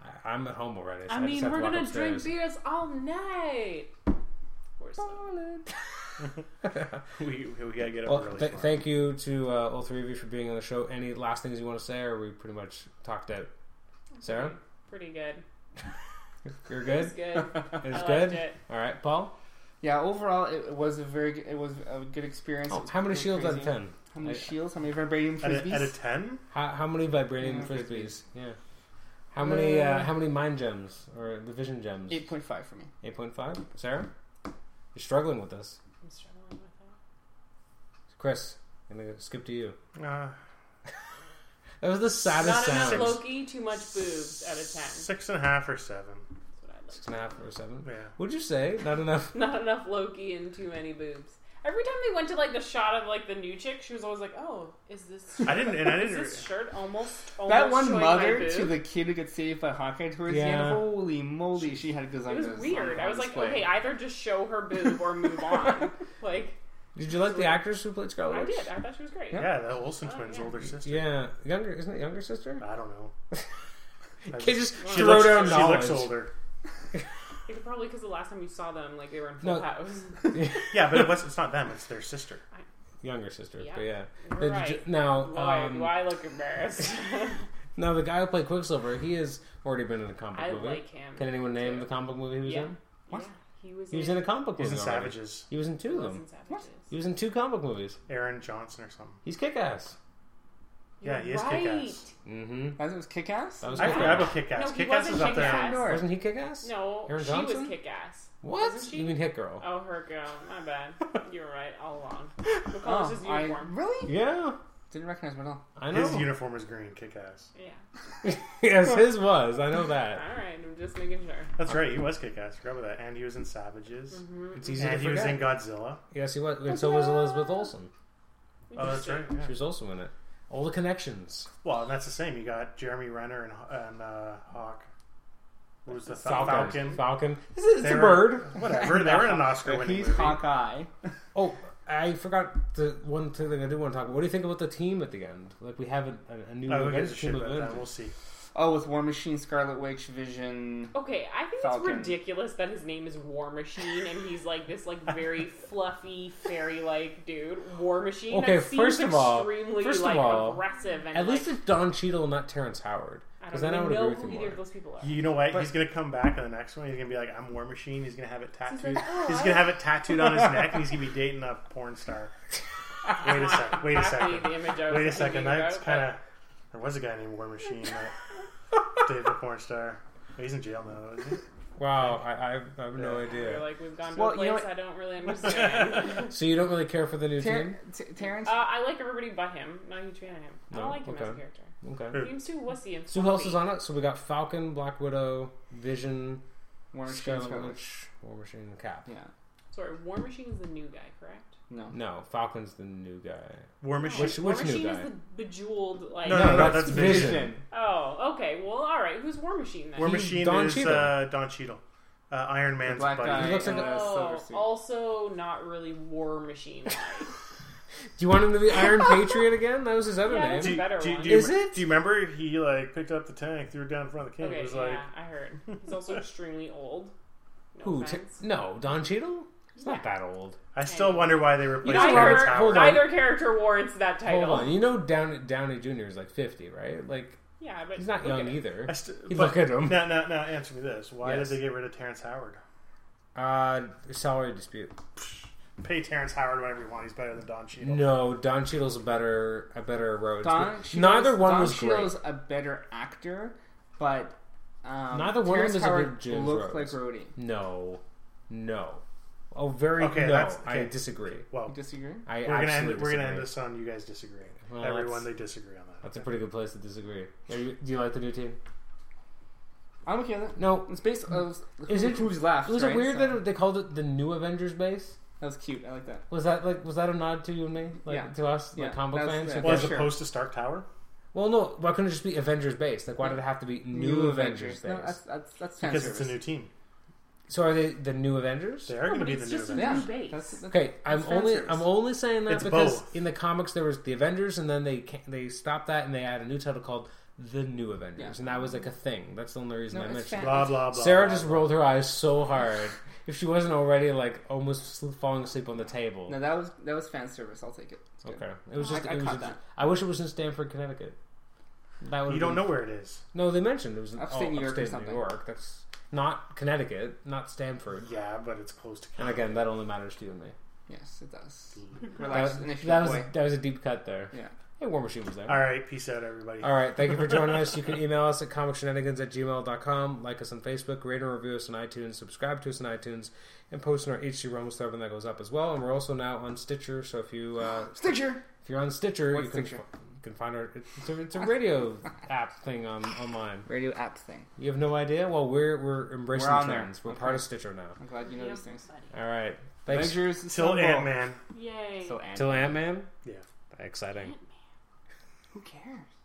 Speaker 1: I- I'm at home already. So
Speaker 3: I
Speaker 1: just
Speaker 3: mean,
Speaker 1: have
Speaker 3: we're
Speaker 1: to walk
Speaker 3: gonna
Speaker 1: upstairs.
Speaker 3: drink beers all night. Or so.
Speaker 1: [laughs]
Speaker 4: [laughs] We, we gotta get up
Speaker 1: Well,
Speaker 4: early.
Speaker 1: th-
Speaker 4: tomorrow.
Speaker 1: thank you to uh, all three of you for being on the show. Any last things you want to say, or we pretty much talked out? Sarah,
Speaker 3: Pretty good. [laughs]
Speaker 1: you're
Speaker 3: It
Speaker 1: good.
Speaker 3: was good.
Speaker 1: It
Speaker 3: I
Speaker 1: was
Speaker 3: liked
Speaker 1: good.
Speaker 3: it.
Speaker 1: All right, Paul.
Speaker 2: Yeah, overall, it, it was a very good, it was a good experience. It was
Speaker 1: Oh, how many
Speaker 2: pretty
Speaker 1: shields out of
Speaker 2: crazy.
Speaker 1: ten?
Speaker 2: How many
Speaker 1: I-
Speaker 2: shields? How many vibranium
Speaker 4: At a,
Speaker 2: frisbees?
Speaker 4: at a ten,
Speaker 1: How, how many vibranium
Speaker 2: Yeah,
Speaker 1: frisbees?
Speaker 2: frisbees.
Speaker 1: Yeah. How many? Uh,
Speaker 2: Uh,
Speaker 1: how many mind gems or the vision gems?
Speaker 2: Eight point five for me.
Speaker 1: Eight point five. Sarah, you're struggling with this.
Speaker 3: I'm struggling with it.
Speaker 1: Chris, I'm gonna skip to you.
Speaker 4: uh,
Speaker 1: That was the
Speaker 3: Not
Speaker 1: saddest
Speaker 3: enough
Speaker 1: sound.
Speaker 3: Loki, too much boobs out of ten. That's
Speaker 4: six and a half or seven.
Speaker 3: what I like.
Speaker 1: Six and a half or seven.
Speaker 4: Yeah,
Speaker 1: Would you say not enough?
Speaker 3: Not enough Loki and too many boobs. Every time they went to like the shot of like the new chick, she was always like, "Oh, is this?"
Speaker 4: I didn't, and I
Speaker 3: [laughs] Is
Speaker 4: didn't.
Speaker 3: this shirt almost, almost
Speaker 2: That one
Speaker 3: Oh, showing my
Speaker 2: mother
Speaker 3: boob?
Speaker 2: to the kid who got saved by Hawkeye towards the
Speaker 1: Yeah.
Speaker 2: end. Holy moly, she had
Speaker 3: It
Speaker 2: lasagna.
Speaker 3: was weird. I was like, okay, either just show her boob or
Speaker 2: [laughs]
Speaker 3: move on. like,
Speaker 1: Did you like the actress who played Scarlet?
Speaker 3: I
Speaker 1: Witch?
Speaker 3: did. I thought she was great.
Speaker 4: Oh, yeah, the Olsen
Speaker 3: Oh,
Speaker 4: twins'
Speaker 3: yeah.
Speaker 4: older sister.
Speaker 1: Yeah, younger isn't it younger sister?
Speaker 4: I
Speaker 1: [laughs]
Speaker 4: don't know. I
Speaker 1: Kids just
Speaker 4: she
Speaker 1: throw
Speaker 4: looks,
Speaker 1: down
Speaker 4: she
Speaker 1: knowledge.
Speaker 4: looks older.
Speaker 3: It's probably because the last time you saw them, like they were in Full
Speaker 1: No.
Speaker 2: [laughs]
Speaker 3: House. [laughs]
Speaker 4: Yeah, but it was, it's not them; it's their sister.
Speaker 1: Younger sister,
Speaker 3: Yeah.
Speaker 1: but yeah.
Speaker 3: You're
Speaker 1: The-
Speaker 3: right.
Speaker 1: Now,
Speaker 3: Why
Speaker 1: um,
Speaker 3: do I look
Speaker 2: [laughs]
Speaker 3: embarrassed? [laughs]
Speaker 1: now the guy who played Quicksilver, he has already been in a comic
Speaker 3: I
Speaker 1: movie.
Speaker 3: like him.
Speaker 1: Can anyone name
Speaker 3: too.
Speaker 1: the comic book movie he was
Speaker 3: Yeah.
Speaker 1: in?
Speaker 2: What?
Speaker 3: Yeah, he was.
Speaker 1: He was in a comic book
Speaker 4: He's in
Speaker 1: movie. already.
Speaker 4: Savages.
Speaker 1: He was in two of them.
Speaker 3: Savages.
Speaker 1: He was in two comic movies.
Speaker 4: Aaron Johnson or something.
Speaker 1: He's kick ass.
Speaker 4: Yeah, he is
Speaker 3: right.
Speaker 4: kick-ass.
Speaker 1: Mm-hmm.
Speaker 2: As it was kick ass?
Speaker 1: That was
Speaker 4: I
Speaker 1: Kick-Ass.
Speaker 4: forgot about Kick Ass.
Speaker 3: No, he
Speaker 4: Kick Ass
Speaker 3: wasn't
Speaker 4: is up there.
Speaker 3: kick-ass.
Speaker 1: Wasn't he kick ass?
Speaker 3: No,
Speaker 1: Aaron
Speaker 3: she
Speaker 1: Johnson?
Speaker 3: was kick ass.
Speaker 1: What?
Speaker 3: Wasn't she?
Speaker 1: You mean Hit Girl?
Speaker 3: Oh, her girl.
Speaker 1: [laughs]
Speaker 3: My bad. You were right all along.
Speaker 2: Oh,
Speaker 3: McCullough's his
Speaker 2: I,
Speaker 3: uniform.
Speaker 2: really?
Speaker 1: Yeah,
Speaker 2: Didn't recognize him at all.
Speaker 1: I know.
Speaker 4: His uniform is green. Kick Ass.
Speaker 3: Yeah.
Speaker 1: [laughs] yes, his was. I know
Speaker 3: All
Speaker 1: that.
Speaker 3: right. I'm just making sure.
Speaker 4: That's right. He was Kick Ass. Forgot about that. And he was in Savages.
Speaker 5: Mm-hmm.
Speaker 1: It's easy
Speaker 4: And
Speaker 1: to
Speaker 4: he was
Speaker 1: forget.
Speaker 4: in Godzilla.
Speaker 1: yes, he was. And so was Elizabeth Olsen.
Speaker 4: Oh, that's right. yeah.
Speaker 1: She was also in it. All the connections.
Speaker 4: Well, and that's the same. You got Jeremy Renner and and uh, Hawk. What was the Fal- Falcon?
Speaker 1: Falcon. It's, a- it's
Speaker 4: They
Speaker 1: a
Speaker 4: were-
Speaker 1: bird.
Speaker 4: Whatever. They were in an Oscar-winning
Speaker 2: He's
Speaker 4: movie.
Speaker 2: Hawkeye.
Speaker 1: Oh, I forgot the one thing that I did want to talk about. What do you think about the team at the end? Like we have a, a, a new
Speaker 4: Oh, who
Speaker 1: Avengers
Speaker 4: gives a shit
Speaker 1: team of
Speaker 4: about that? We'll
Speaker 1: Avengers.
Speaker 4: see.
Speaker 2: Oh, with War Machine, Scarlet Witch, Vision.
Speaker 3: Okay, I think
Speaker 2: Falcon.
Speaker 3: it's ridiculous that his name is War Machine and he's like this like
Speaker 1: [laughs]
Speaker 3: very fluffy fairy like dude. War Machine.
Speaker 1: Okay,
Speaker 3: that seems
Speaker 1: first of all-
Speaker 3: extremely
Speaker 1: first of
Speaker 3: like
Speaker 1: all,
Speaker 3: aggressive and
Speaker 1: At
Speaker 3: like,
Speaker 1: least it's Don Cheadle, not Terrence Howard.
Speaker 3: I
Speaker 1: Because
Speaker 3: don't
Speaker 1: then I
Speaker 3: even
Speaker 1: would
Speaker 3: know
Speaker 1: agree with
Speaker 3: who
Speaker 1: you
Speaker 3: either of
Speaker 1: more.
Speaker 3: those people are.
Speaker 4: You know what?
Speaker 1: But-
Speaker 4: he's gonna come back in the next one. He's gonna be like, "I'm War Machine." He's gonna have it tattooed.
Speaker 5: like, "Oh,
Speaker 4: he's
Speaker 5: I-
Speaker 4: gonna have it tattooed on his neck, and he's gonna be dating a porn
Speaker 5: [laughs]
Speaker 4: star. Wait a sec. Wait a
Speaker 3: Exactly
Speaker 4: second.
Speaker 3: the image I was
Speaker 4: Wait
Speaker 3: thinking
Speaker 4: a second.
Speaker 3: about,
Speaker 4: That's
Speaker 3: but-
Speaker 4: kind of. There was a guy named War Machine [laughs] that dated a porn star. He's in jail now, isn't he?
Speaker 1: Wow, I, I, I have no
Speaker 3: We're
Speaker 1: idea.
Speaker 3: like we've gone to
Speaker 2: Well,
Speaker 3: a
Speaker 2: you know
Speaker 3: place
Speaker 2: what-
Speaker 3: I don't
Speaker 1: [laughs]
Speaker 3: really understand. uh,
Speaker 1: So you don't really care for the new
Speaker 2: Ter- T- Terrence.
Speaker 3: I like everybody but him. Not a huge fan of him. I
Speaker 1: No?
Speaker 3: don't like him as a
Speaker 1: Okay.
Speaker 3: character.
Speaker 1: team? Okay.
Speaker 3: He seems too wussy and.
Speaker 1: So who else
Speaker 3: fluffy.
Speaker 1: is on it? So we got Falcon, Black Widow, Vision,
Speaker 2: War Machine, Scarlet,
Speaker 1: Scarlet
Speaker 2: Witch.
Speaker 1: Witch, War Machine, and Cap.
Speaker 2: Yeah.
Speaker 3: Sorry, War Machine is the new guy, correct?
Speaker 2: No.
Speaker 1: No, Falcon's the new guy.
Speaker 4: War Machine.
Speaker 1: Which-
Speaker 3: War
Speaker 1: which new
Speaker 3: Machine
Speaker 1: guy?
Speaker 3: is the bejeweled like.
Speaker 4: No, no, no, that's
Speaker 1: Vision.
Speaker 3: Oh, okay. Well, all right. Who's War Machine then?
Speaker 4: War
Speaker 1: He's
Speaker 4: Machine
Speaker 1: Don
Speaker 4: is
Speaker 1: Cheadle.
Speaker 4: uh, Don Cheadle, uh, Iron
Speaker 2: The
Speaker 4: Man's
Speaker 2: black guy.
Speaker 4: buddy.
Speaker 1: He looks like
Speaker 2: in
Speaker 1: a-
Speaker 2: the silver
Speaker 3: Oh,
Speaker 2: suit.
Speaker 3: also not really
Speaker 1: [laughs]
Speaker 3: War Machine.
Speaker 1: Do you want him to be Iron Patriot again? That was his other
Speaker 3: Yeah,
Speaker 1: name.
Speaker 3: that's-
Speaker 4: Do, you-
Speaker 3: better
Speaker 4: do, you-
Speaker 3: one.
Speaker 4: do you-
Speaker 1: Is it?
Speaker 4: Do you remember he like picked up the tank, threw it down in front of the king?
Speaker 3: okay,
Speaker 4: it was
Speaker 3: yeah,
Speaker 4: like
Speaker 3: I heard. He's also extremely old. No
Speaker 1: Who? T-
Speaker 3: offense.
Speaker 1: no, Don Cheadle. He's not that old.
Speaker 4: I still wonder why they
Speaker 3: You
Speaker 4: replaced
Speaker 3: know,
Speaker 4: Terrence
Speaker 3: neither,
Speaker 1: hold
Speaker 4: Howard.
Speaker 1: on.
Speaker 3: neither character warrants that title.
Speaker 1: Hold on, you know Down, Downey Jr. is like fifty, right? Like
Speaker 3: Yeah, but
Speaker 1: he's not
Speaker 3: look
Speaker 1: young
Speaker 3: at it.
Speaker 1: either.
Speaker 4: I st-
Speaker 1: You
Speaker 4: but-
Speaker 1: look at him.
Speaker 4: Now, now, now, answer me this: Why
Speaker 1: Yes.
Speaker 4: did they get rid of Terrence Howard?
Speaker 1: Uh, salary dispute.
Speaker 4: Pay Terrence Howard whatever you want. He's better than Don Cheadle.
Speaker 1: No, Don Cheadle's a better a better road.
Speaker 2: Don. Cheadle's-
Speaker 1: Neither one
Speaker 2: Don
Speaker 1: was
Speaker 2: Cheadle's a better actor, but um,
Speaker 1: Neither one of
Speaker 2: Terrence
Speaker 1: them is a good
Speaker 2: Howard
Speaker 1: James
Speaker 2: looked
Speaker 1: Rhodes.
Speaker 2: like Rhodey.
Speaker 1: great. No, no. Oh, very
Speaker 4: Okay,
Speaker 1: no.
Speaker 4: that's-
Speaker 1: I
Speaker 4: okay.
Speaker 1: disagree.
Speaker 4: Well,
Speaker 2: You disagree?
Speaker 1: I
Speaker 4: we're gonna end,
Speaker 1: absolutely
Speaker 4: we're gonna
Speaker 1: disagree.
Speaker 4: end this on you guys disagreeing.
Speaker 1: Well,
Speaker 4: Everyone
Speaker 1: that's-
Speaker 4: they disagree on that.
Speaker 1: That's a pretty good place to disagree. Are you, do you like the new team?
Speaker 2: I'm okay with it.
Speaker 1: No.
Speaker 2: It's based. Uh,
Speaker 1: Is
Speaker 2: is
Speaker 1: it-
Speaker 2: it who's left?
Speaker 1: Was
Speaker 2: right?
Speaker 1: it weird
Speaker 2: So-
Speaker 1: that they called it the new Avengers base?
Speaker 2: that was cute? I like that.
Speaker 1: Was that like was that a nod to you and me, like
Speaker 2: Yeah.
Speaker 1: to us, like
Speaker 2: Yeah,
Speaker 1: comic book
Speaker 2: that's-
Speaker 1: fans?
Speaker 2: yeah.
Speaker 4: well, as
Speaker 2: sure.
Speaker 4: opposed to Stark Tower,
Speaker 1: Well, no. Why couldn't it just be Avengers base? Like, why did it have to be new, Avengers,
Speaker 2: No,
Speaker 1: base?
Speaker 2: that's that's that's fan
Speaker 4: because
Speaker 2: service.
Speaker 4: it's a new team.
Speaker 1: so are they the new Avengers?
Speaker 4: They are going
Speaker 3: No,
Speaker 4: to
Speaker 3: but
Speaker 4: be the
Speaker 3: it's
Speaker 4: new
Speaker 3: just a
Speaker 4: Avengers.
Speaker 2: yeah.
Speaker 3: new base.
Speaker 2: That's, that's,
Speaker 1: Okay, I'm
Speaker 2: fan
Speaker 1: only
Speaker 2: service.
Speaker 1: I'm only saying that
Speaker 4: It's
Speaker 1: because
Speaker 4: both.
Speaker 1: in the comics there was the Avengers, and then they ca- they stopped that and they had a new title called the New Avengers,
Speaker 2: Yeah.
Speaker 1: and that was like a thing. That's the only reason
Speaker 2: No,
Speaker 1: I
Speaker 2: it's
Speaker 1: mentioned.
Speaker 2: fan-
Speaker 1: it.
Speaker 4: Blah blah blah.
Speaker 1: Sarah
Speaker 4: blah,
Speaker 1: just
Speaker 4: blah.
Speaker 1: rolled her eyes so
Speaker 2: [laughs]
Speaker 1: hard. if she wasn't already like almost sl- falling asleep on the table.
Speaker 2: no, that was that was fan service. I'll take it. It's good.
Speaker 1: Okay, it was
Speaker 2: I-
Speaker 1: just.
Speaker 2: I
Speaker 1: it was
Speaker 2: caught
Speaker 1: just-
Speaker 2: that.
Speaker 1: I wish it was in Stamford, Connecticut. That would
Speaker 4: You don't know where it is.
Speaker 1: No, they mentioned it was in
Speaker 2: Upstate
Speaker 1: oh,
Speaker 2: New York or
Speaker 1: upstate
Speaker 2: something.
Speaker 1: New York. That's not Connecticut, not Stanford.
Speaker 4: Yeah, but it's close to.
Speaker 1: And again, that only matters to you and me.
Speaker 2: Yes, it does.
Speaker 1: That
Speaker 2: Relax,
Speaker 1: was,
Speaker 2: initiative
Speaker 1: that was
Speaker 2: boy.
Speaker 1: that was a deep cut there.
Speaker 2: Yeah.
Speaker 1: Hey, War Machine was there.
Speaker 4: All right, peace out, everybody.
Speaker 1: All right, thank you for joining us. You can email us at comicshenanigans at gmail.com, like us on Facebook, rate and review us on iTunes, subscribe to us on iTunes, and post on our HG Realm stuff when that goes up as well. And we're also now on Stitcher, so if you uh,
Speaker 2: Stitcher.
Speaker 1: if you're on Stitcher,
Speaker 2: What's
Speaker 1: you can
Speaker 2: Stitcher?
Speaker 1: fi- you can find our it's a, it's a
Speaker 2: [laughs]
Speaker 1: radio app thing on online.
Speaker 2: Radio app thing.
Speaker 1: You have no idea? Well, we're we're embracing
Speaker 2: We're on there.
Speaker 1: trends. We're
Speaker 2: Okay.
Speaker 1: part of Stitcher now.
Speaker 2: I'm glad you know
Speaker 3: Yep,
Speaker 2: these things.
Speaker 3: buddy.
Speaker 1: All right. Thanks.
Speaker 2: Avengers.
Speaker 4: Till
Speaker 2: Assemble.
Speaker 4: Ant Man.
Speaker 3: Yay.
Speaker 2: Till Ant.
Speaker 1: Till Ant Man?
Speaker 4: Yeah.
Speaker 1: Exciting.
Speaker 2: Who cares?